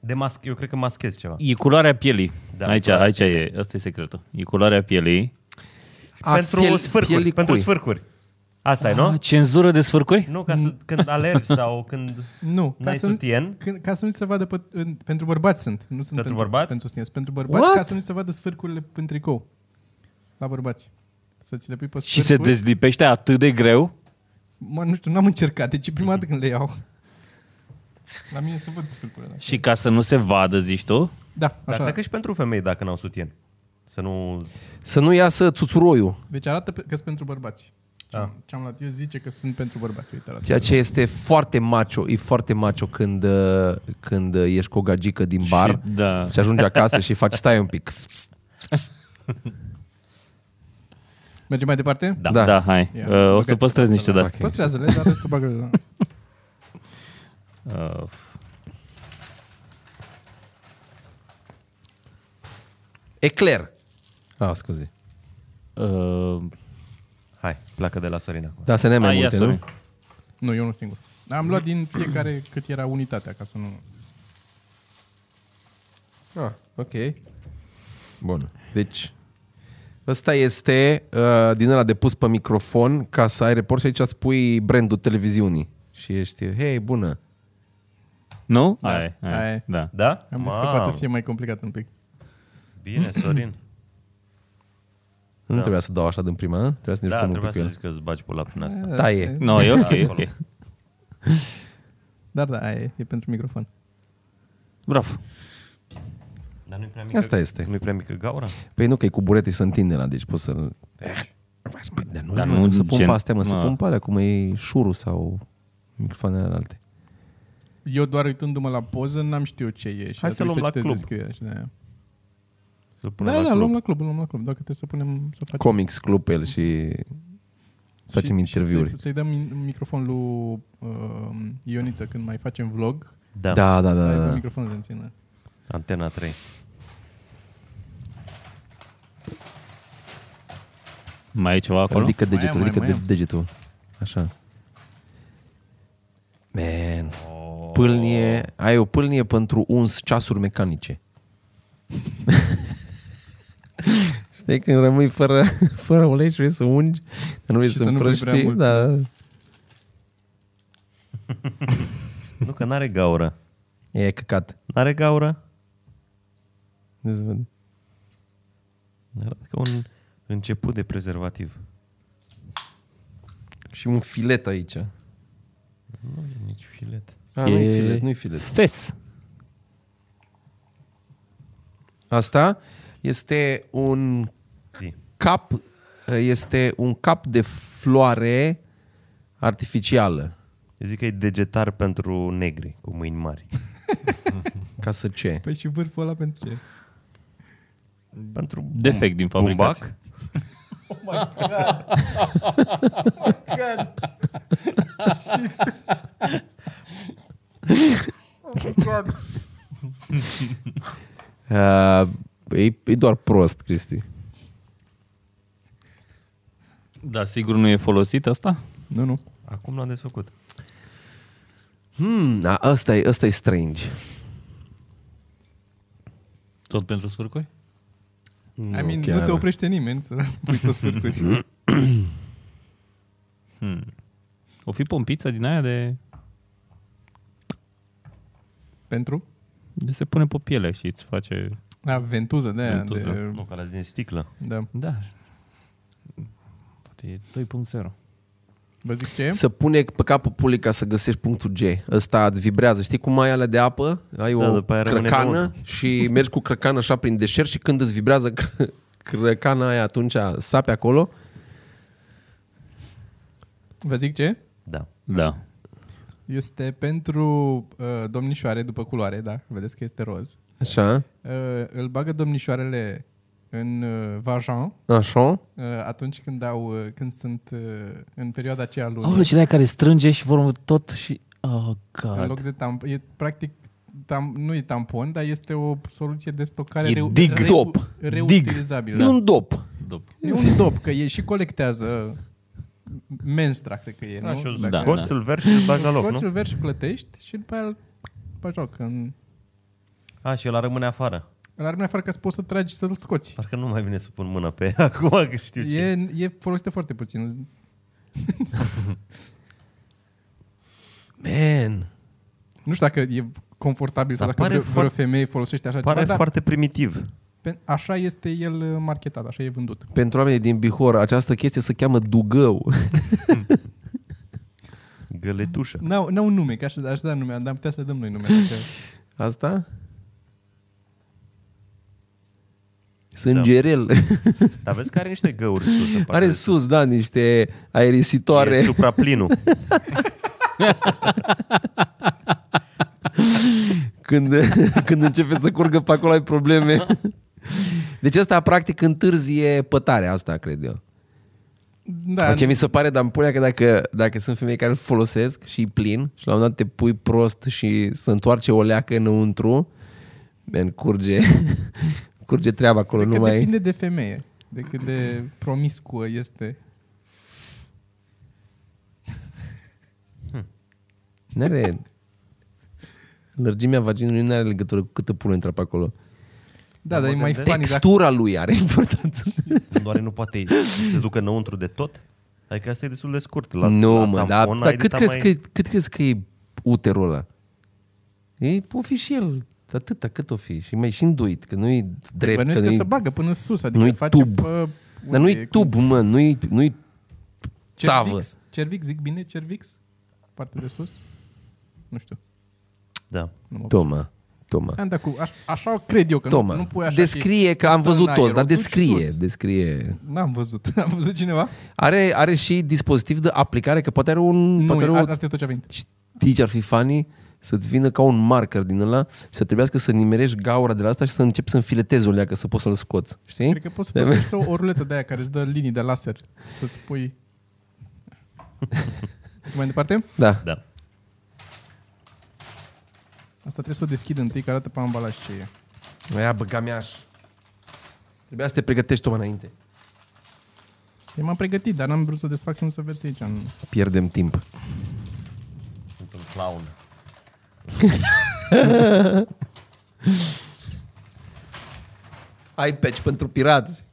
Speaker 1: De mas- eu cred că maschez ceva.
Speaker 4: E culoarea pielii.
Speaker 1: Da,
Speaker 4: Da, aici,
Speaker 1: culoarea
Speaker 4: aici e, asta e secretul. E culoarea pielii.
Speaker 2: A,
Speaker 1: pentru
Speaker 2: piel-
Speaker 1: sfârcuri.
Speaker 2: pielii
Speaker 1: Pentru
Speaker 2: cui?
Speaker 1: sfârcuri. Asta e, nu?
Speaker 4: Ah, Cenzură de sfârcuri?
Speaker 1: Nu, ca să, când alergi sau când...
Speaker 3: Nu,
Speaker 1: N-ai
Speaker 3: să nu-
Speaker 1: sutien?
Speaker 3: când- ca să nu ți se vadă pe, în, pentru bărbați sunt, nu sunt pentru,
Speaker 1: bărbați?
Speaker 3: Pentru sutien, sunt pentru bărbați
Speaker 2: What?
Speaker 3: ca să nu ți se vadă sfârcurile în tricou. La bărbați. Să ți le pui pe
Speaker 4: Și se
Speaker 3: sfârcuri.
Speaker 4: dezlipește atât de greu?
Speaker 3: Mă, nu știu, n-am încercat, deci e prima dată când le iau. La mine se văd sfârcurile. Da,
Speaker 4: Și ca să nu se vadă, zici tu?
Speaker 3: da
Speaker 1: Dar
Speaker 3: așa.
Speaker 1: cred că și pentru femei dacă n-au sutien. Să nu...
Speaker 2: Să nu iasă țuțuroiul,
Speaker 3: Deci arată pe- că sunt pentru bărbați.
Speaker 1: Da.
Speaker 3: Ce-am, ce-am luat eu zice că sunt pentru bărbați. Uite, arată.
Speaker 2: ceea ce este foarte macho. E foarte macho când, uh, când uh, ești cu o gagică din bar
Speaker 4: Și, da.
Speaker 2: și, ajungi acasă și faci stai un pic.
Speaker 3: Mergem mai departe?
Speaker 1: Da.
Speaker 4: Da, da hai.
Speaker 3: Ia,
Speaker 4: Uh, o să
Speaker 3: băgați-vă
Speaker 4: păstrez niște de
Speaker 2: asta.
Speaker 4: astea.
Speaker 3: Păstrează-le, dar restul bagă la...
Speaker 4: Uh,
Speaker 2: Ecler. Ah, scuze.
Speaker 4: uh,
Speaker 1: Hai, pleacă de la Sorin acum.
Speaker 2: Da, să ne ia mai
Speaker 4: hai, ia,
Speaker 2: multe, nu?
Speaker 4: Sorin.
Speaker 3: Nu, eu nu singur. Am luat din fiecare cât era unitatea, ca să nu...
Speaker 2: Ah, ok. Bun. Deci, ăsta este uh, din ăla de pus pe microfon ca să ai report și aici îți pui brandul televiziunii. Și ești, hei, bună.
Speaker 4: Nu? Hai,
Speaker 3: Da,
Speaker 4: hai,
Speaker 3: hai.
Speaker 4: Da.
Speaker 1: Da?
Speaker 3: Am zis că
Speaker 1: Mamă,
Speaker 3: poate să fie mai complicat un pic.
Speaker 1: Bine, Sorin.
Speaker 2: Nu
Speaker 1: Da.
Speaker 2: trebuia să dau așa din prima, hă? trebuia să ne
Speaker 1: da,
Speaker 2: jucăm un
Speaker 1: trebuia
Speaker 2: pic cu
Speaker 1: să
Speaker 2: el.
Speaker 1: zic că îți bagi pula prin asta.
Speaker 2: Taie.
Speaker 4: Nu, no, e ok, e ok.
Speaker 3: Dar da, aia e, e pentru microfon.
Speaker 4: Bravo.
Speaker 1: Dar nu-i prea mică,
Speaker 2: Asta este.
Speaker 1: Nu-i prea mică gaura?
Speaker 2: Păi nu, că e cu burete și se întinde la, deci poți să...
Speaker 3: Eh.
Speaker 2: Dar nu, Dar
Speaker 4: Dar nu
Speaker 2: nu să pun
Speaker 4: gen-
Speaker 2: pe astea, mă, să
Speaker 4: mă.
Speaker 2: pun pe alea, cum e șurul sau microfoanele alte.
Speaker 3: Eu doar uitându-mă la poză, n-am știut ce e. Și
Speaker 1: Hai să
Speaker 3: a
Speaker 1: luăm la
Speaker 3: trebuit
Speaker 1: club.
Speaker 3: citesc eu și de-aia.
Speaker 1: Să-l punem
Speaker 3: Da,
Speaker 1: la
Speaker 3: da,
Speaker 1: club.
Speaker 3: luăm la club, luăm la club. Dacă trebuie să punem să facem...
Speaker 2: Comics Club pe el și
Speaker 3: și-
Speaker 2: facem
Speaker 3: și
Speaker 2: interviuri.
Speaker 3: să- Să-i dăm in- microfonul lui uh, Ioniță când mai facem vlog.
Speaker 1: Da. da.
Speaker 2: Da, da,
Speaker 3: să
Speaker 2: da.
Speaker 3: aibă
Speaker 2: da.
Speaker 3: microfonul de înțină.
Speaker 1: Antena 3.
Speaker 4: Mai e ceva acolo?
Speaker 2: Ridică
Speaker 3: Mai
Speaker 2: degetul,
Speaker 3: am, mai
Speaker 2: ridică
Speaker 3: am,
Speaker 2: de-
Speaker 3: mai am.
Speaker 2: degetul. Așa. Man.
Speaker 3: Oh.
Speaker 2: Pâlnie, ai o pâlnie pentru uns ceasuri mecanice. Știi, când rămâi fără, fără ulei și vrei să ungi, nu vrei
Speaker 3: Și
Speaker 2: să
Speaker 3: să nu pui prea
Speaker 2: împrăștii,
Speaker 3: mult.
Speaker 2: da.
Speaker 1: Nu, că n-are gaură.
Speaker 2: E căcat. Deci,
Speaker 1: N-are gaură?
Speaker 2: Nu se vede.
Speaker 1: Arată ca un început de prezervativ.
Speaker 2: Și un filet aici.
Speaker 1: Nu e nici filet.
Speaker 2: A, nu e
Speaker 4: E-
Speaker 2: filet, nu e filet.
Speaker 4: Fes.
Speaker 2: Asta este un
Speaker 1: Zi.
Speaker 2: cap este un cap de floare artificială.
Speaker 1: Eu zic că e degetar pentru negri, cu mâini mari.
Speaker 2: Ca să ce?
Speaker 3: Păi și vârful ăla pentru ce?
Speaker 1: Pentru bum-
Speaker 4: Defect din fabricație.
Speaker 1: bumbac?
Speaker 2: Uh, e, e doar prost, Cristi.
Speaker 4: Da, sigur nu e folosit asta?
Speaker 3: Nu, nu.
Speaker 1: Acum l-am desfăcut.
Speaker 2: Hmm, a, asta, e, asta e strange.
Speaker 4: Tot pentru scurcuri?
Speaker 3: I mean, nu,
Speaker 2: chiar.
Speaker 3: te oprește nimeni să pui tot surcuri.
Speaker 4: Hmm. O fi pompiță din aia de...
Speaker 3: pentru?
Speaker 4: de se pune pe piele și îți face...
Speaker 3: A, ventuză de aia.
Speaker 4: Ventuză.
Speaker 3: De,
Speaker 1: Nu, că alea sunt din sticlă.
Speaker 3: da.
Speaker 4: Da. Poate e 2.0.
Speaker 3: Vă zic ce?
Speaker 2: Să pune pe capul pulii ca să găsești punctul G. Ăsta îți vibrează. Știi cum ai alea de apă? Ai
Speaker 1: Da,
Speaker 2: o
Speaker 1: după aia rămâne
Speaker 2: crăcană
Speaker 1: pământul.
Speaker 2: și mergi cu crăcana așa prin deșert și când îți vibrează cr- crăcana aia atunci sape acolo,
Speaker 3: Vă zic ce?
Speaker 1: Da.
Speaker 4: Da.
Speaker 3: Este pentru uh, domnișoare, după culoare, da, vedeți că este roz.
Speaker 2: așa,
Speaker 3: Uh, îl bagă domnișoarele în uh, vagin uh,
Speaker 2: așa,
Speaker 3: atunci când, au, uh, când sunt uh, în perioada aceea lunii.
Speaker 4: Aoleu, și de care strânge și formă tot și... Oh,
Speaker 3: în
Speaker 4: God.
Speaker 3: loc de tampon, e practic tam, nu e tampon, dar este o soluție de stocare
Speaker 4: E
Speaker 3: reu-
Speaker 4: dig.
Speaker 3: reu-
Speaker 2: Dop.
Speaker 3: reutilizabilă.
Speaker 2: e un dop.
Speaker 3: E un dop, că e și colectează menstra, cred că e,
Speaker 1: da și
Speaker 3: nu?
Speaker 1: o
Speaker 4: Dacă-
Speaker 1: scoți,
Speaker 4: da.
Speaker 1: îl vergi și îl bagi la loc,
Speaker 3: Scoți,
Speaker 1: nu?
Speaker 3: îl vergi, clătești și după aia îl bagi la loc. În...
Speaker 1: A, și ăla rămâne afară.
Speaker 3: Îl arme afară ca să poți să tragi și să-l scoți.
Speaker 1: Parcă nu mai vine să pun mâna pe ea acum, că știu ce.
Speaker 3: E, e folosită foarte puțin.
Speaker 2: Man.
Speaker 3: Nu știu dacă e confortabil sau
Speaker 1: Dar
Speaker 3: dacă
Speaker 1: pare
Speaker 3: vreo, vreo
Speaker 1: foarte-
Speaker 3: femeie folosește așa
Speaker 1: Pare
Speaker 3: ceva,
Speaker 1: foarte primitiv.
Speaker 3: dar pe- așa este el marketat, așa e vândut.
Speaker 2: Pentru oamenii din Bihor, această chestie se cheamă dugău.
Speaker 1: Găletușă.
Speaker 3: N-au, n-au nume, că aș, aș da nume, dar am putea să dăm noi nume. Că...
Speaker 2: Asta? Sângerel. Da.
Speaker 1: Dar vezi că are niște găuri sus. în partea
Speaker 2: Are
Speaker 1: de
Speaker 2: sus, da, niște aerisitoare.
Speaker 1: E supraplinul.
Speaker 2: Când, când începe să curgă pe acolo ai probleme. Deci asta practic întârzie pătarea asta, cred eu.
Speaker 3: Da,
Speaker 2: Ce mi se pare, dar îmi punea că dacă, dacă sunt femei care îl folosesc și îi plin și la un moment dat te pui prost și se întoarce o leacă înăuntru, ben, curge, curge treaba acolo.
Speaker 3: cred că
Speaker 2: Nu mai...
Speaker 3: depinde de femeie, de cât de promiscuă este.
Speaker 2: Nu are... Lărgimea vaginului nu are legătură cu câtă pune intră pe acolo.
Speaker 3: Da, dar e mai
Speaker 1: gândesc-
Speaker 3: funny dacă...
Speaker 2: Textura lui are importanță.
Speaker 1: Doar nu poate să se ducă înăuntru de tot? Adică asta e destul de scurt. La,
Speaker 2: nu,
Speaker 1: la
Speaker 2: mă, dar
Speaker 1: tampon
Speaker 2: dar
Speaker 1: ai
Speaker 2: cât,
Speaker 1: dita
Speaker 2: crezi
Speaker 1: mai...
Speaker 2: că, cât crezi că e uterul ăla? E, o fi și el, atâta cât o fi. Și mai și înduit, că nu-i drept.
Speaker 3: Bănuiesc
Speaker 2: Că
Speaker 3: că
Speaker 2: nu-i,
Speaker 3: se bagă până sus, adică
Speaker 2: nu-i
Speaker 3: face
Speaker 2: tub.
Speaker 3: Pă,
Speaker 2: dar nu-i tub, mă, nu-i, nu-i țavă.
Speaker 3: Cervix, cervix, zic bine, cervix? Partea de sus? Nu știu.
Speaker 1: Da.
Speaker 3: Nu mă
Speaker 2: Toma, Toma.
Speaker 3: Am dat cu, aș, așa cred eu că
Speaker 2: Toma,
Speaker 3: nu, nu pui așa
Speaker 2: descrie că am
Speaker 3: stă în
Speaker 2: văzut
Speaker 3: aer,
Speaker 2: toți,
Speaker 3: o
Speaker 2: dar
Speaker 3: duci
Speaker 2: descrie,
Speaker 3: sus.
Speaker 2: descrie.
Speaker 3: N-am văzut. Am văzut cineva?
Speaker 2: Are, are și dispozitiv de aplicare, că poate are un...
Speaker 3: Nu,
Speaker 2: poate
Speaker 3: e-
Speaker 2: are o
Speaker 3: asta e tot ce a venit.
Speaker 2: Știi ce ar fi funny? Să-ți vină ca un marker din ăla și să trebuiască să nimerești gaura de la asta și să începi să înfiletezi o leacă, să poți să-l scoți.
Speaker 1: Hm?
Speaker 2: Știi?
Speaker 3: Cred că poți să folosești o, o ruletă de aia care îți dă linii de laser. Să-ți pui... Mai departe?
Speaker 2: Da.
Speaker 1: Da.
Speaker 3: Asta trebuie să o deschid întâi, că arată pe ambalaj ce e.
Speaker 1: da.
Speaker 2: Ia băga mea Trebuia să te pregătești o înainte.
Speaker 3: Eu m-am pregătit, dar n-am vrut să o desfac și nu să veți aici. În...
Speaker 2: Pierdem timp.
Speaker 1: Sunt un clown.
Speaker 2: Ai patch pentru pirați.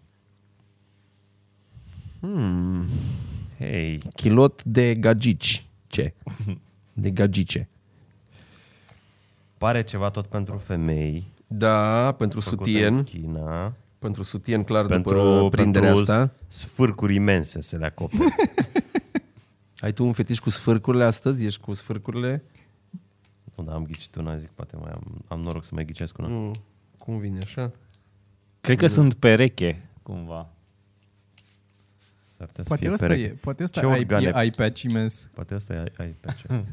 Speaker 1: Hei,
Speaker 2: Chilot de gagici. Ce? De gagice.
Speaker 1: pare ceva tot pentru femei.
Speaker 2: Da, pentru
Speaker 1: făcut
Speaker 2: sutien.
Speaker 1: În China.
Speaker 2: Pentru sutien, clar,
Speaker 1: Pentru,
Speaker 2: după prinderea
Speaker 1: pentru
Speaker 2: asta.
Speaker 1: sfârcuri imense să le acopere.
Speaker 2: Ai tu un fetiș cu sfârcurile astăzi? Ești cu sfârcurile?
Speaker 1: nu, dar am ghicit una, zic, poate mai am, am noroc să mai ghicesc
Speaker 3: Mm.
Speaker 1: una.
Speaker 2: Nu. Cum vine așa?
Speaker 4: Cred că sunt pereche, cumva.
Speaker 1: S-ar putea să
Speaker 3: Poate
Speaker 1: fie
Speaker 3: asta
Speaker 1: pereche.
Speaker 3: e, poate asta
Speaker 1: Ce
Speaker 3: ai,
Speaker 1: organe?
Speaker 3: e, ai pe aici imens.
Speaker 1: Poate asta e ai, ai pe ce.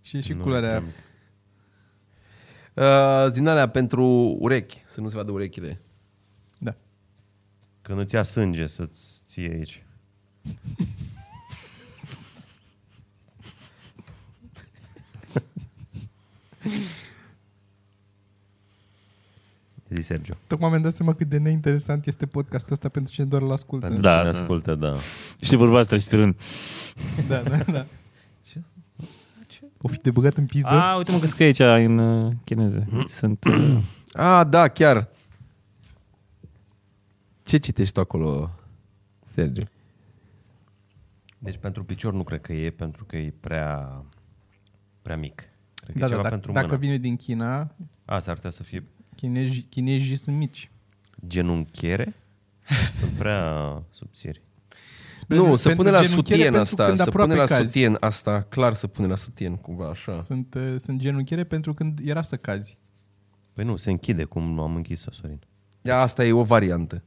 Speaker 3: Și e și culoarea.
Speaker 1: nu.
Speaker 2: Uh, din alea pentru urechi, să nu se vadă urechile.
Speaker 3: Da.
Speaker 1: Că nu-ți ia sânge să-ți ție aici. Zi, Sergio.
Speaker 3: Tocmai mi-am dat seama cât de neinteresant este podcastul ăsta pentru cine doar îl ascultă.
Speaker 1: Pentru
Speaker 4: Da,
Speaker 1: da, cine
Speaker 4: da.
Speaker 1: ascultă, da.
Speaker 4: Și vorba asta, respirând.
Speaker 3: Da, da, da. O fi de băgat în pizdă?
Speaker 4: A, uite mă că scrie aici în uh, chineză. Sunt... uh,
Speaker 2: Ah, da, chiar. Ce citești tu acolo, Sergiu?
Speaker 1: Deci pentru picior nu cred că e, pentru că e prea, prea mic. Cred că
Speaker 3: da,
Speaker 1: e ceva
Speaker 3: da, dacă,
Speaker 1: pentru
Speaker 3: dacă
Speaker 1: mână.
Speaker 3: vine din China,
Speaker 1: A, s-ar putea să fie
Speaker 3: chinezii, chinezii sunt mici.
Speaker 1: genunchiere? Sunt prea subțiri.
Speaker 3: Spre-
Speaker 2: Nu, să
Speaker 3: pentru
Speaker 2: pune la sutien
Speaker 3: genunchiere, pentru
Speaker 2: asta,
Speaker 3: când
Speaker 2: să pune
Speaker 3: aproape
Speaker 2: la
Speaker 3: cazi.
Speaker 2: sutien asta, clar să pune la sutien cumva așa.
Speaker 3: Sunt, uh, sunt genunchiere pentru când era să cazi.
Speaker 1: Păi nu, se închide cum am închis-o, Sorin.
Speaker 2: Ia, asta e o variantă.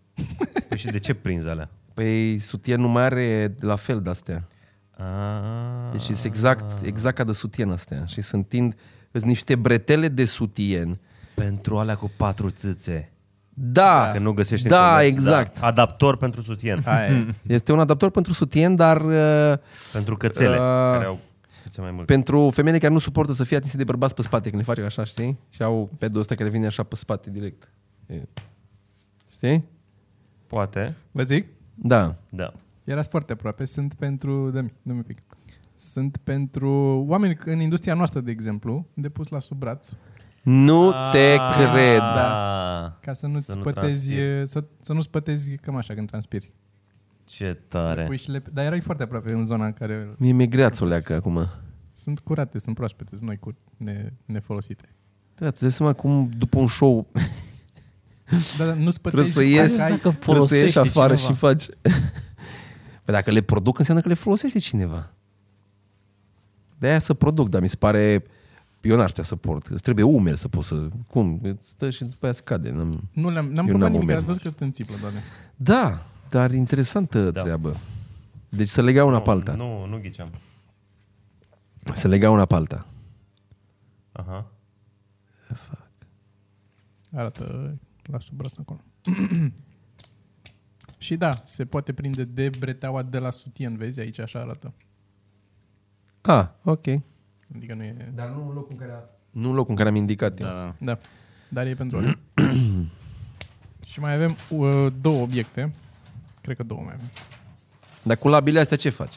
Speaker 1: Păi și de ce prinzi alea?
Speaker 2: Păi sutien nu mai are la fel de astea.
Speaker 1: Ah,
Speaker 2: Deci sunt exact, exact ca de sutien astea. Și se întind, sunt niște bretele de sutien.
Speaker 1: pentru alea cu patru țâțe.
Speaker 2: Da,
Speaker 1: Că nu găsești în
Speaker 2: da,
Speaker 1: comerț,
Speaker 2: exact.
Speaker 1: Da. Adaptor pentru sutien.
Speaker 3: Aia.
Speaker 2: Este un adaptor pentru sutien, dar uh,
Speaker 1: pentru cățele,
Speaker 2: Ah.
Speaker 1: care au țâțe mai mult.
Speaker 2: pentru femeile care nu suportă să fie atinse de bărbați pe spate, când le face așa, știi? Și au pedul ăsta care vine așa pe spate direct. E. Știi?
Speaker 1: Poate,
Speaker 3: Vă zic?
Speaker 2: Da.
Speaker 1: da.
Speaker 3: Erați foarte aproape. Sunt pentru... Dă-mi, dă-mi un pic. Sunt pentru oameni în industria noastră, de exemplu, de pus la sub braț,
Speaker 2: Nu te
Speaker 1: Ah,
Speaker 2: cred.
Speaker 1: Da.
Speaker 3: ca să nu-ți
Speaker 1: Să nu
Speaker 3: pătezi,
Speaker 1: transpiri.
Speaker 3: să, să nu-ți pătezi cămașa când transpiri.
Speaker 1: Ce
Speaker 3: Le
Speaker 1: tare.
Speaker 3: Pui și le, dar erai foarte aproape în zona în care
Speaker 2: Mie mi-e grea să o leacă acum.
Speaker 3: sunt curate, sunt proaspete, sunt noi cu ne, nefolosite.
Speaker 2: Da, tu dai seama cum după un show
Speaker 3: Dar nu
Speaker 2: trebuie
Speaker 3: spătezi
Speaker 2: să ies,
Speaker 4: dacă
Speaker 2: trebuie să ieși
Speaker 4: folosește
Speaker 2: afară
Speaker 4: cineva.
Speaker 2: și faci. Păi dacă le produc, înseamnă că le folosește cineva. De-aia să produc, dar mi se pare... Eu n-aș putea să port. Îți trebuie umeri să poți să... Cum? Îți Stă și după aia scade. N-am...
Speaker 3: Nu le-am, n-am
Speaker 2: Eu
Speaker 3: probat
Speaker 2: n-am
Speaker 3: nimic,
Speaker 2: umeri.
Speaker 3: ați văzut că sunt în țiplă, doamne.
Speaker 2: Da, dar interesantă da. treabă. Deci să lega una pe alta. Nu.
Speaker 1: Nu, nu ghiceam.
Speaker 2: Să lega una pe alta.
Speaker 1: Aha.
Speaker 3: Arată la sub braț acolo. și da, se poate prinde de breteaua de la sutien, vezi? Aici așa arată.
Speaker 2: Ah, ok.
Speaker 3: Adică nu e...
Speaker 2: Dar nu în locul în care... Nu în locul în care am indicat eu.
Speaker 4: Da.
Speaker 3: Da, dar e pentru asta. și mai avem uh, două obiecte. Cred că două mai avem.
Speaker 2: Dar cu labile astea ce faci?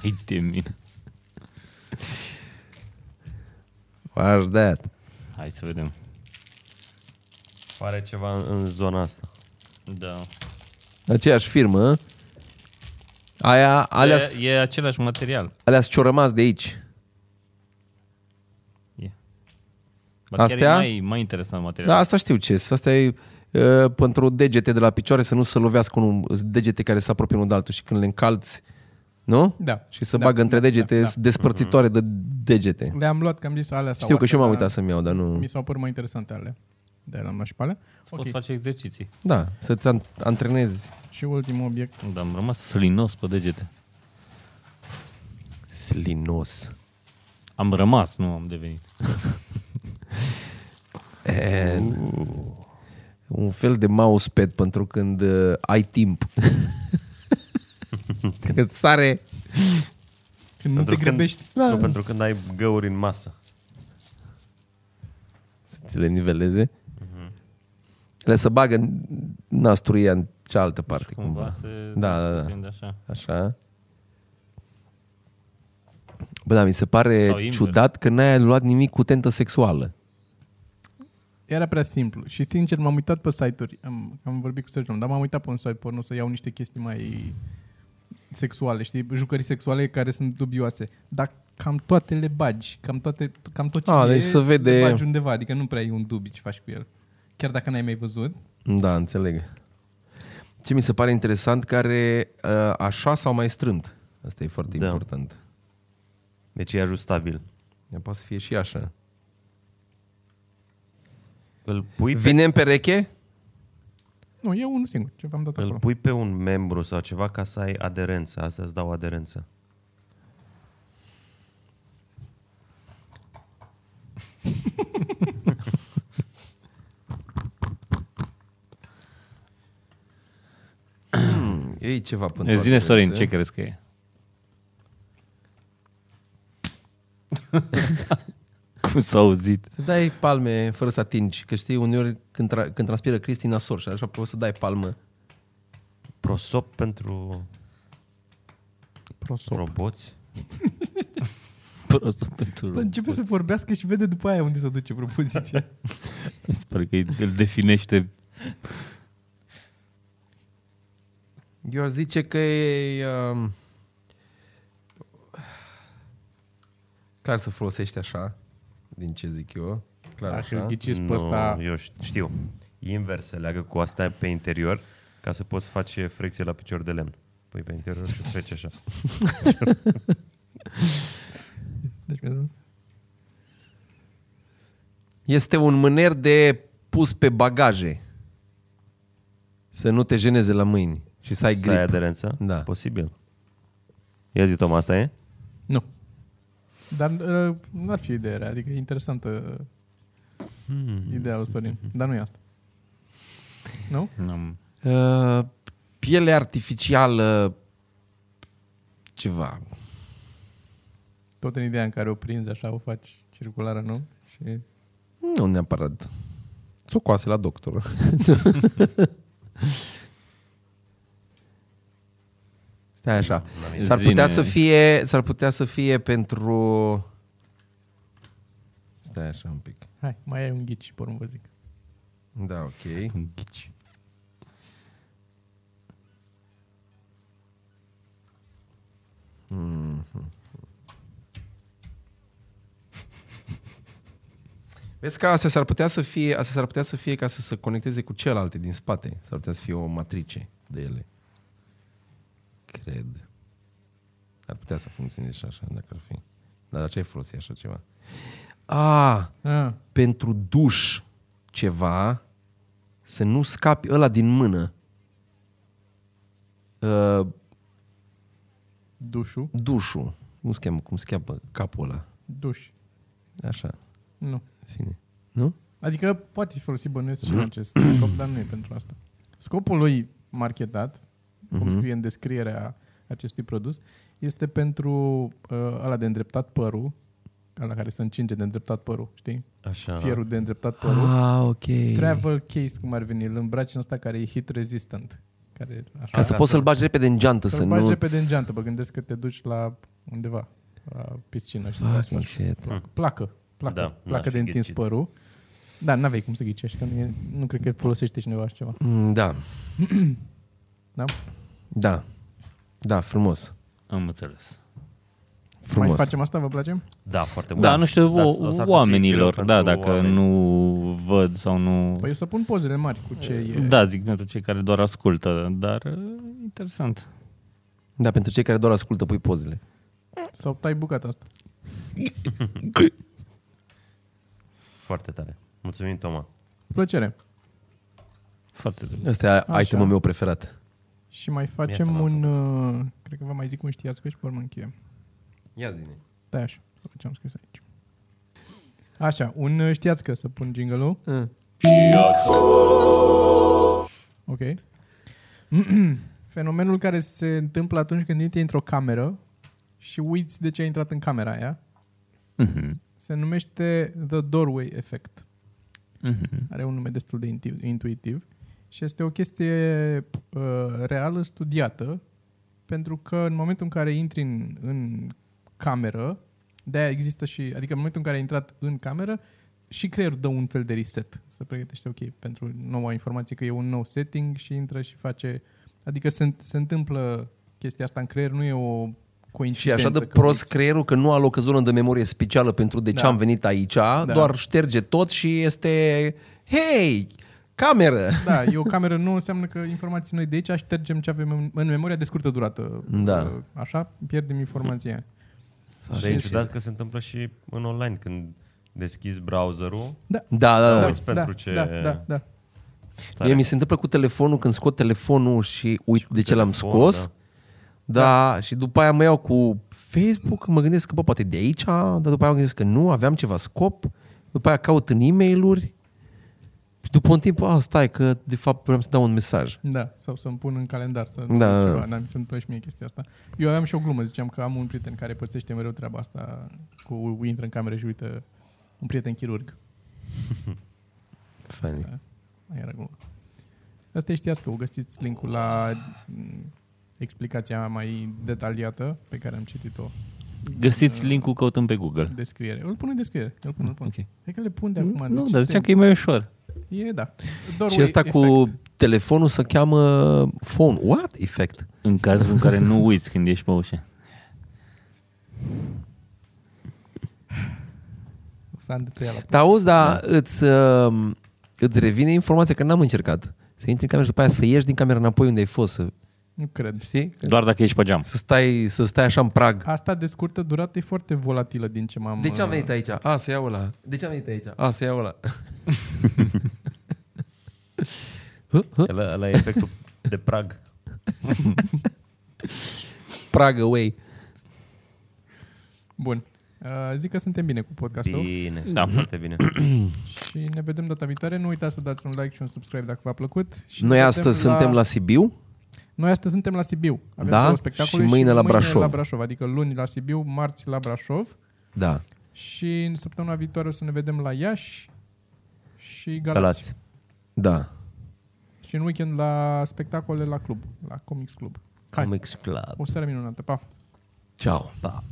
Speaker 4: Hai de mine.
Speaker 2: What's that?
Speaker 4: Hai să vedem.
Speaker 1: Pare ceva în, în zona asta.
Speaker 4: Da.
Speaker 2: Aceeași firmă, hă? Aia, alea, s-
Speaker 4: E, e același material.
Speaker 2: alea s- ce-au rămas de aici.
Speaker 4: E. Ba chiar
Speaker 2: Astea?
Speaker 4: e mai, mai interesant material.
Speaker 2: Da, asta știu ce. s- Asta e uh, pentru degete de la picioare să nu se lovească unul, sunt degete care se apropie unul de altul și când le încalți, nu?
Speaker 3: Da.
Speaker 2: Și să
Speaker 3: da,
Speaker 2: bagă între
Speaker 3: da,
Speaker 2: degete,
Speaker 3: da,
Speaker 2: da, despărțitoare de degete.
Speaker 3: da. Le-am luat, că am zis alea sau
Speaker 2: Știu că și eu m-am
Speaker 3: astea,
Speaker 2: uitat
Speaker 3: dar
Speaker 2: să-mi iau, dar nu...
Speaker 3: Mi s-au părut mai interesante alea. De la am luat și pe alea.
Speaker 4: Poți
Speaker 3: Ok.
Speaker 4: face exerciții.
Speaker 2: Da, să-ți an- antrenezi.
Speaker 3: Și ultimul obiect.
Speaker 4: Dar am rămas slinos pe degete.
Speaker 2: Slinos.
Speaker 4: Am rămas, nu am devenit.
Speaker 2: And... Un fel de mousepad pentru când uh, ai timp. când îți sare...
Speaker 3: Când nu te
Speaker 1: Pentru
Speaker 3: grăbești.
Speaker 2: Da.
Speaker 1: Când, nu, pentru când ai găuri în masă.
Speaker 2: să le niveleze. Le să bagă nasturia în cealaltă parte,
Speaker 4: Cumva,
Speaker 2: cumva.
Speaker 4: se
Speaker 2: Da, da, da.
Speaker 4: prinde așa.
Speaker 2: Așa. Bă, da, mi se pare
Speaker 4: Sau invers.
Speaker 2: ciudat că n-ai luat nimic cu tentă sexuală.
Speaker 3: Era prea simplu. Și sincer, m-am uitat pe site-uri. Am, am vorbit cu Sergiu, dar m-am uitat pe un site porno să iau niște chestii mai sexuale, știi? Jucării sexuale care sunt dubioase. Dar cam toate le bagi. Cam, toate, cam tot ce
Speaker 2: A,
Speaker 3: e,
Speaker 2: deci se vede-
Speaker 3: le bagi undeva. Adică nu prea ai un dubiu ce faci cu el. Chiar dacă n-ai mai văzut.
Speaker 2: Da, înțeleg. Ce mi se pare interesant, care uh, așa sau mai strâmt. Asta e foarte
Speaker 1: Da.
Speaker 2: da. important.
Speaker 1: Deci e ajustabil.
Speaker 2: Ea Poate să fie și așa.
Speaker 1: Îl pui, pe,
Speaker 2: Vine în pereche?
Speaker 3: Nu, e unul singur. Ce v-am dat
Speaker 1: îl
Speaker 3: acolo.
Speaker 1: pui pe un membru sau ceva ca să ai aderență. Astea îți dau aderență.
Speaker 2: Ei ceva până
Speaker 4: E
Speaker 2: la
Speaker 4: Zine, Sorin,
Speaker 2: speranță.
Speaker 4: ce crezi că e? Cum s-a auzit?
Speaker 2: Să dai palme fără să atingi, că știi, uneori când, tra- când transpiră Cristina Sor și așa poți să dai palmă.
Speaker 1: Prosop pentru
Speaker 3: Prosop.
Speaker 1: roboți.
Speaker 4: Prostul pentru
Speaker 3: Ăsta
Speaker 4: rău.
Speaker 3: începe să vorbească și vede după aia unde se duce propoziția.
Speaker 4: Sper că îl definește
Speaker 2: Eu aș zice că e... Um, clar să folosești așa, din ce zic eu. Clar
Speaker 3: Dacă
Speaker 2: așa.
Speaker 3: Da, îl ghiciți pe
Speaker 1: Nu,
Speaker 3: ăsta...
Speaker 1: Eu ș- știu. Invers, se leagă cu asta pe interior ca să poți face frecție la picior de lemn. Pui pe interior și trece așa.
Speaker 3: Deci,
Speaker 2: Este un mâner de pus pe bagaje. Să nu te jeneze la mâini și să ai
Speaker 1: Să ai
Speaker 2: grip.
Speaker 1: aderență?
Speaker 2: Da.
Speaker 1: Posibil. Ia zi, Tom, asta e?
Speaker 3: nu. Dar uh, nu ar fi idee rea, adică e interesantă hmm. ideea lui Sorin. Dar nu e asta. Nu?
Speaker 4: Mm.
Speaker 2: Uh, piele artificială ceva.
Speaker 3: Tot în ideea în care o prinzi așa, o faci circulară, nu? Și
Speaker 2: Nu neapărat. Socoase la doctor. Stai așa. S-ar putea
Speaker 4: Zine.
Speaker 2: să fie, s-ar putea să fie pentru... Stai așa un pic.
Speaker 3: hai, mai ai un ghici și porumb vă zic.
Speaker 2: Da, ok. Mm-hmm. Vezi că astea s-ar putea să fie, astea s-ar putea să fie ca să se conecteze cu celelalte din spate. S-ar putea să fie o matrice de ele. Cred. Ar putea să funcționeze și așa, dacă ar fi. Dar la ce ai folosit așa ceva? A,
Speaker 3: Ah,
Speaker 2: pentru duș ceva, să nu scapi ăla din mână. Uh,
Speaker 3: dușul?
Speaker 2: dușul. Cum se cheamă? Cum se cheamă capul ăla?
Speaker 3: Duș.
Speaker 2: Așa,
Speaker 3: Nu.
Speaker 2: în fine. Nu?
Speaker 3: Adică poate fi folosit bănuiesc și
Speaker 2: Mhm.
Speaker 3: în acest scop, dar nu e pentru asta. Scopul lui marketat,
Speaker 2: Mhm.
Speaker 3: cum scrie în descrierea acestui produs, este pentru uh, ăla de îndreptat părul, ăla care se încinge de îndreptat părul, știi?
Speaker 1: Așa.
Speaker 3: Fierul de îndreptat părul.
Speaker 2: Ah, ok.
Speaker 3: Travel case, cum ar veni, îl îmbraci în ăsta care e heat resistant. Care, așa,
Speaker 2: Ca să poți să-l bagi repede în geantă, să
Speaker 3: să-l
Speaker 2: nu...
Speaker 3: bagi repede în geantă, bă, gândesc că te duci la undeva, la piscină și la
Speaker 2: Fucking shit.
Speaker 3: Mm. placă, placă,
Speaker 1: Da,
Speaker 3: da,
Speaker 1: n-aș
Speaker 3: placă
Speaker 1: fi
Speaker 3: de întins
Speaker 1: ghicit.
Speaker 3: părul. Da, n-avei cum să ghicești, că nu, e, nu cred că folosește cineva așa ceva.
Speaker 2: Mm, Da,
Speaker 3: Da?
Speaker 2: da. Da, frumos.
Speaker 4: Am înțeles.
Speaker 2: Frumos.
Speaker 3: Mai facem asta, vă place?
Speaker 1: Da, foarte mult.
Speaker 4: Da, nu știu,
Speaker 1: Dar
Speaker 4: o-
Speaker 1: s- s-ar putea să fie
Speaker 4: oamenilor,
Speaker 1: greu
Speaker 4: da,
Speaker 1: pentru
Speaker 4: dacă
Speaker 1: oameni.
Speaker 4: nu văd sau nu...
Speaker 3: Păi eu să pun pozele mari cu ce e.
Speaker 4: Da, zic pentru cei care doar ascultă, dar e, interesant.
Speaker 2: Da, pentru cei care doar ascultă, pui pozele.
Speaker 3: Sau tai bucata asta.
Speaker 1: Foarte tare. Mulțumim, Toma.
Speaker 3: Plăcere.
Speaker 4: Foarte drăguț.
Speaker 2: Asta e
Speaker 3: Așa.
Speaker 2: itemul meu preferat.
Speaker 3: Și mai
Speaker 1: Mie
Speaker 3: facem
Speaker 1: asta
Speaker 3: un... Uh, cred că vă mai zic un știați că și pe urmă încheiem.
Speaker 2: Ia zine.
Speaker 3: Da, așa. Să ce am scris aici. Așa, un uh, știați că să pun jingle Ok. Fenomenul care se întâmplă atunci când intri într-o cameră și uiți de ce ai intrat în camera aia
Speaker 4: Mhm.
Speaker 3: se numește The Doorway Effect.
Speaker 2: Mm-hmm.
Speaker 4: Mhm.
Speaker 3: Are un nume destul de intu- intuitiv și este o chestie uh, reală studiată pentru că în momentul în care intri în, în cameră, de-aia există și, adică în momentul în care ai intrat în cameră, și creierul dă un fel de reset, să pregătește, ok, pentru noua informație că e un nou setting și intră și face, adică se, se întâmplă chestia asta în creier, nu e o
Speaker 2: Și
Speaker 3: coincidență.
Speaker 2: așa de
Speaker 3: că
Speaker 2: prost
Speaker 3: uiți.
Speaker 2: creierul că nu alocă zonă de memorie specială pentru de ce
Speaker 3: Da.
Speaker 2: am venit aici, doar șterge tot și este, hei, cameră!
Speaker 3: Da, e o cameră nouă, înseamnă că informații noi de aici ștergem ce avem în- în memoria de scurtă durată. Uh,
Speaker 2: Da.
Speaker 3: Așa, pierdem informația. aia.
Speaker 1: Dar e ciudat că se întâmplă și în online când deschizi browserul.
Speaker 2: Da, da, da.
Speaker 1: Uiți pentru
Speaker 3: da,
Speaker 1: ce-
Speaker 3: Da, da, da.
Speaker 1: Tare.
Speaker 2: Mie mi se întâmplă cu telefonul când scot telefonul și uit de ce l-am
Speaker 1: telefonul,
Speaker 2: scos. Da. da, și după aia mă iau cu Facebook, mă gândesc că bă, poate de aici, dar după aia mă gândesc că nu, aveam ceva scop, după aia caut în e mail și după un timp, a, stai că de fapt vreau să dau un mesaj.
Speaker 3: Da, sau să-mi pun în calendar să
Speaker 2: Da,
Speaker 3: da,
Speaker 2: da,
Speaker 3: ceva,
Speaker 2: da.
Speaker 3: n-am să întâmplă și mie chestia asta. Eu aveam și o glumă, ziceam că am un prieten care pățește mereu treaba asta cu intră în cameră și uită un prieten chirurg.
Speaker 2: Funny.
Speaker 3: Aia era glumă. Asta e știați că o găsiți linkul la m, explicația mai detaliată pe care am citit-o Da.
Speaker 4: Găsiți linkul căutând pe Google.
Speaker 3: în descriere. Îl pun în descriere, îl pun, îl pun.
Speaker 4: Ok.
Speaker 3: Cred că le pun de
Speaker 2: Mm,
Speaker 3: acum.
Speaker 4: Nu,
Speaker 3: deci
Speaker 4: dar
Speaker 3: se-
Speaker 4: ziceam că e mai ușor.
Speaker 3: E, da. Doar
Speaker 2: Și asta
Speaker 3: efect.
Speaker 2: cu telefonul se cheamă phone. What? Effect.
Speaker 4: În cazul în care nu uiți când ești pe ușă.
Speaker 3: S-a îndetăiat la
Speaker 2: Dar auzi, dar îți, uh, îți revine informația că n-am încercat. Să intri în cameră și după aia să ieși din cameră înapoi unde ai fost. Să,
Speaker 3: Nu cred.
Speaker 2: știi? Că
Speaker 4: Doar dacă ești pe geam.
Speaker 2: Să stai, să stai așa în prag.
Speaker 3: Asta de scurtă durată e foarte volatilă din ce m-am...
Speaker 2: De ce am venit
Speaker 3: uh,
Speaker 2: aici? A, să iau ăla. De ce am venit aici? A, să iau ăla.
Speaker 1: Ăla, ăla e efectul de prag.
Speaker 2: Prag away.
Speaker 3: Bun. Uh, zic că suntem bine cu podcastul
Speaker 1: Bine,
Speaker 4: Da.
Speaker 1: da. foarte bine.
Speaker 3: și ne vedem data viitoare. Nu uitați să dați un like și un subscribe dacă v-a plăcut. Și
Speaker 2: Noi
Speaker 3: ne
Speaker 2: astăzi
Speaker 3: vedem
Speaker 2: suntem la Sibiu.
Speaker 3: Noi astăzi suntem la Sibiu. Avem
Speaker 2: Da?
Speaker 3: două spectacole
Speaker 2: Și mâine la Brașov.
Speaker 3: la Brașov. Adică luni la Sibiu, marți la Brașov
Speaker 2: Da.
Speaker 3: și în săptămâna viitoare o să ne vedem la Iași și Galați.
Speaker 1: Galați.
Speaker 2: Da.
Speaker 3: Și în weekend la spectacole la club, la Comics Club. Hai.
Speaker 1: Comics Club.
Speaker 3: O seară minunată. Pa!
Speaker 2: Ciao.
Speaker 1: Pa.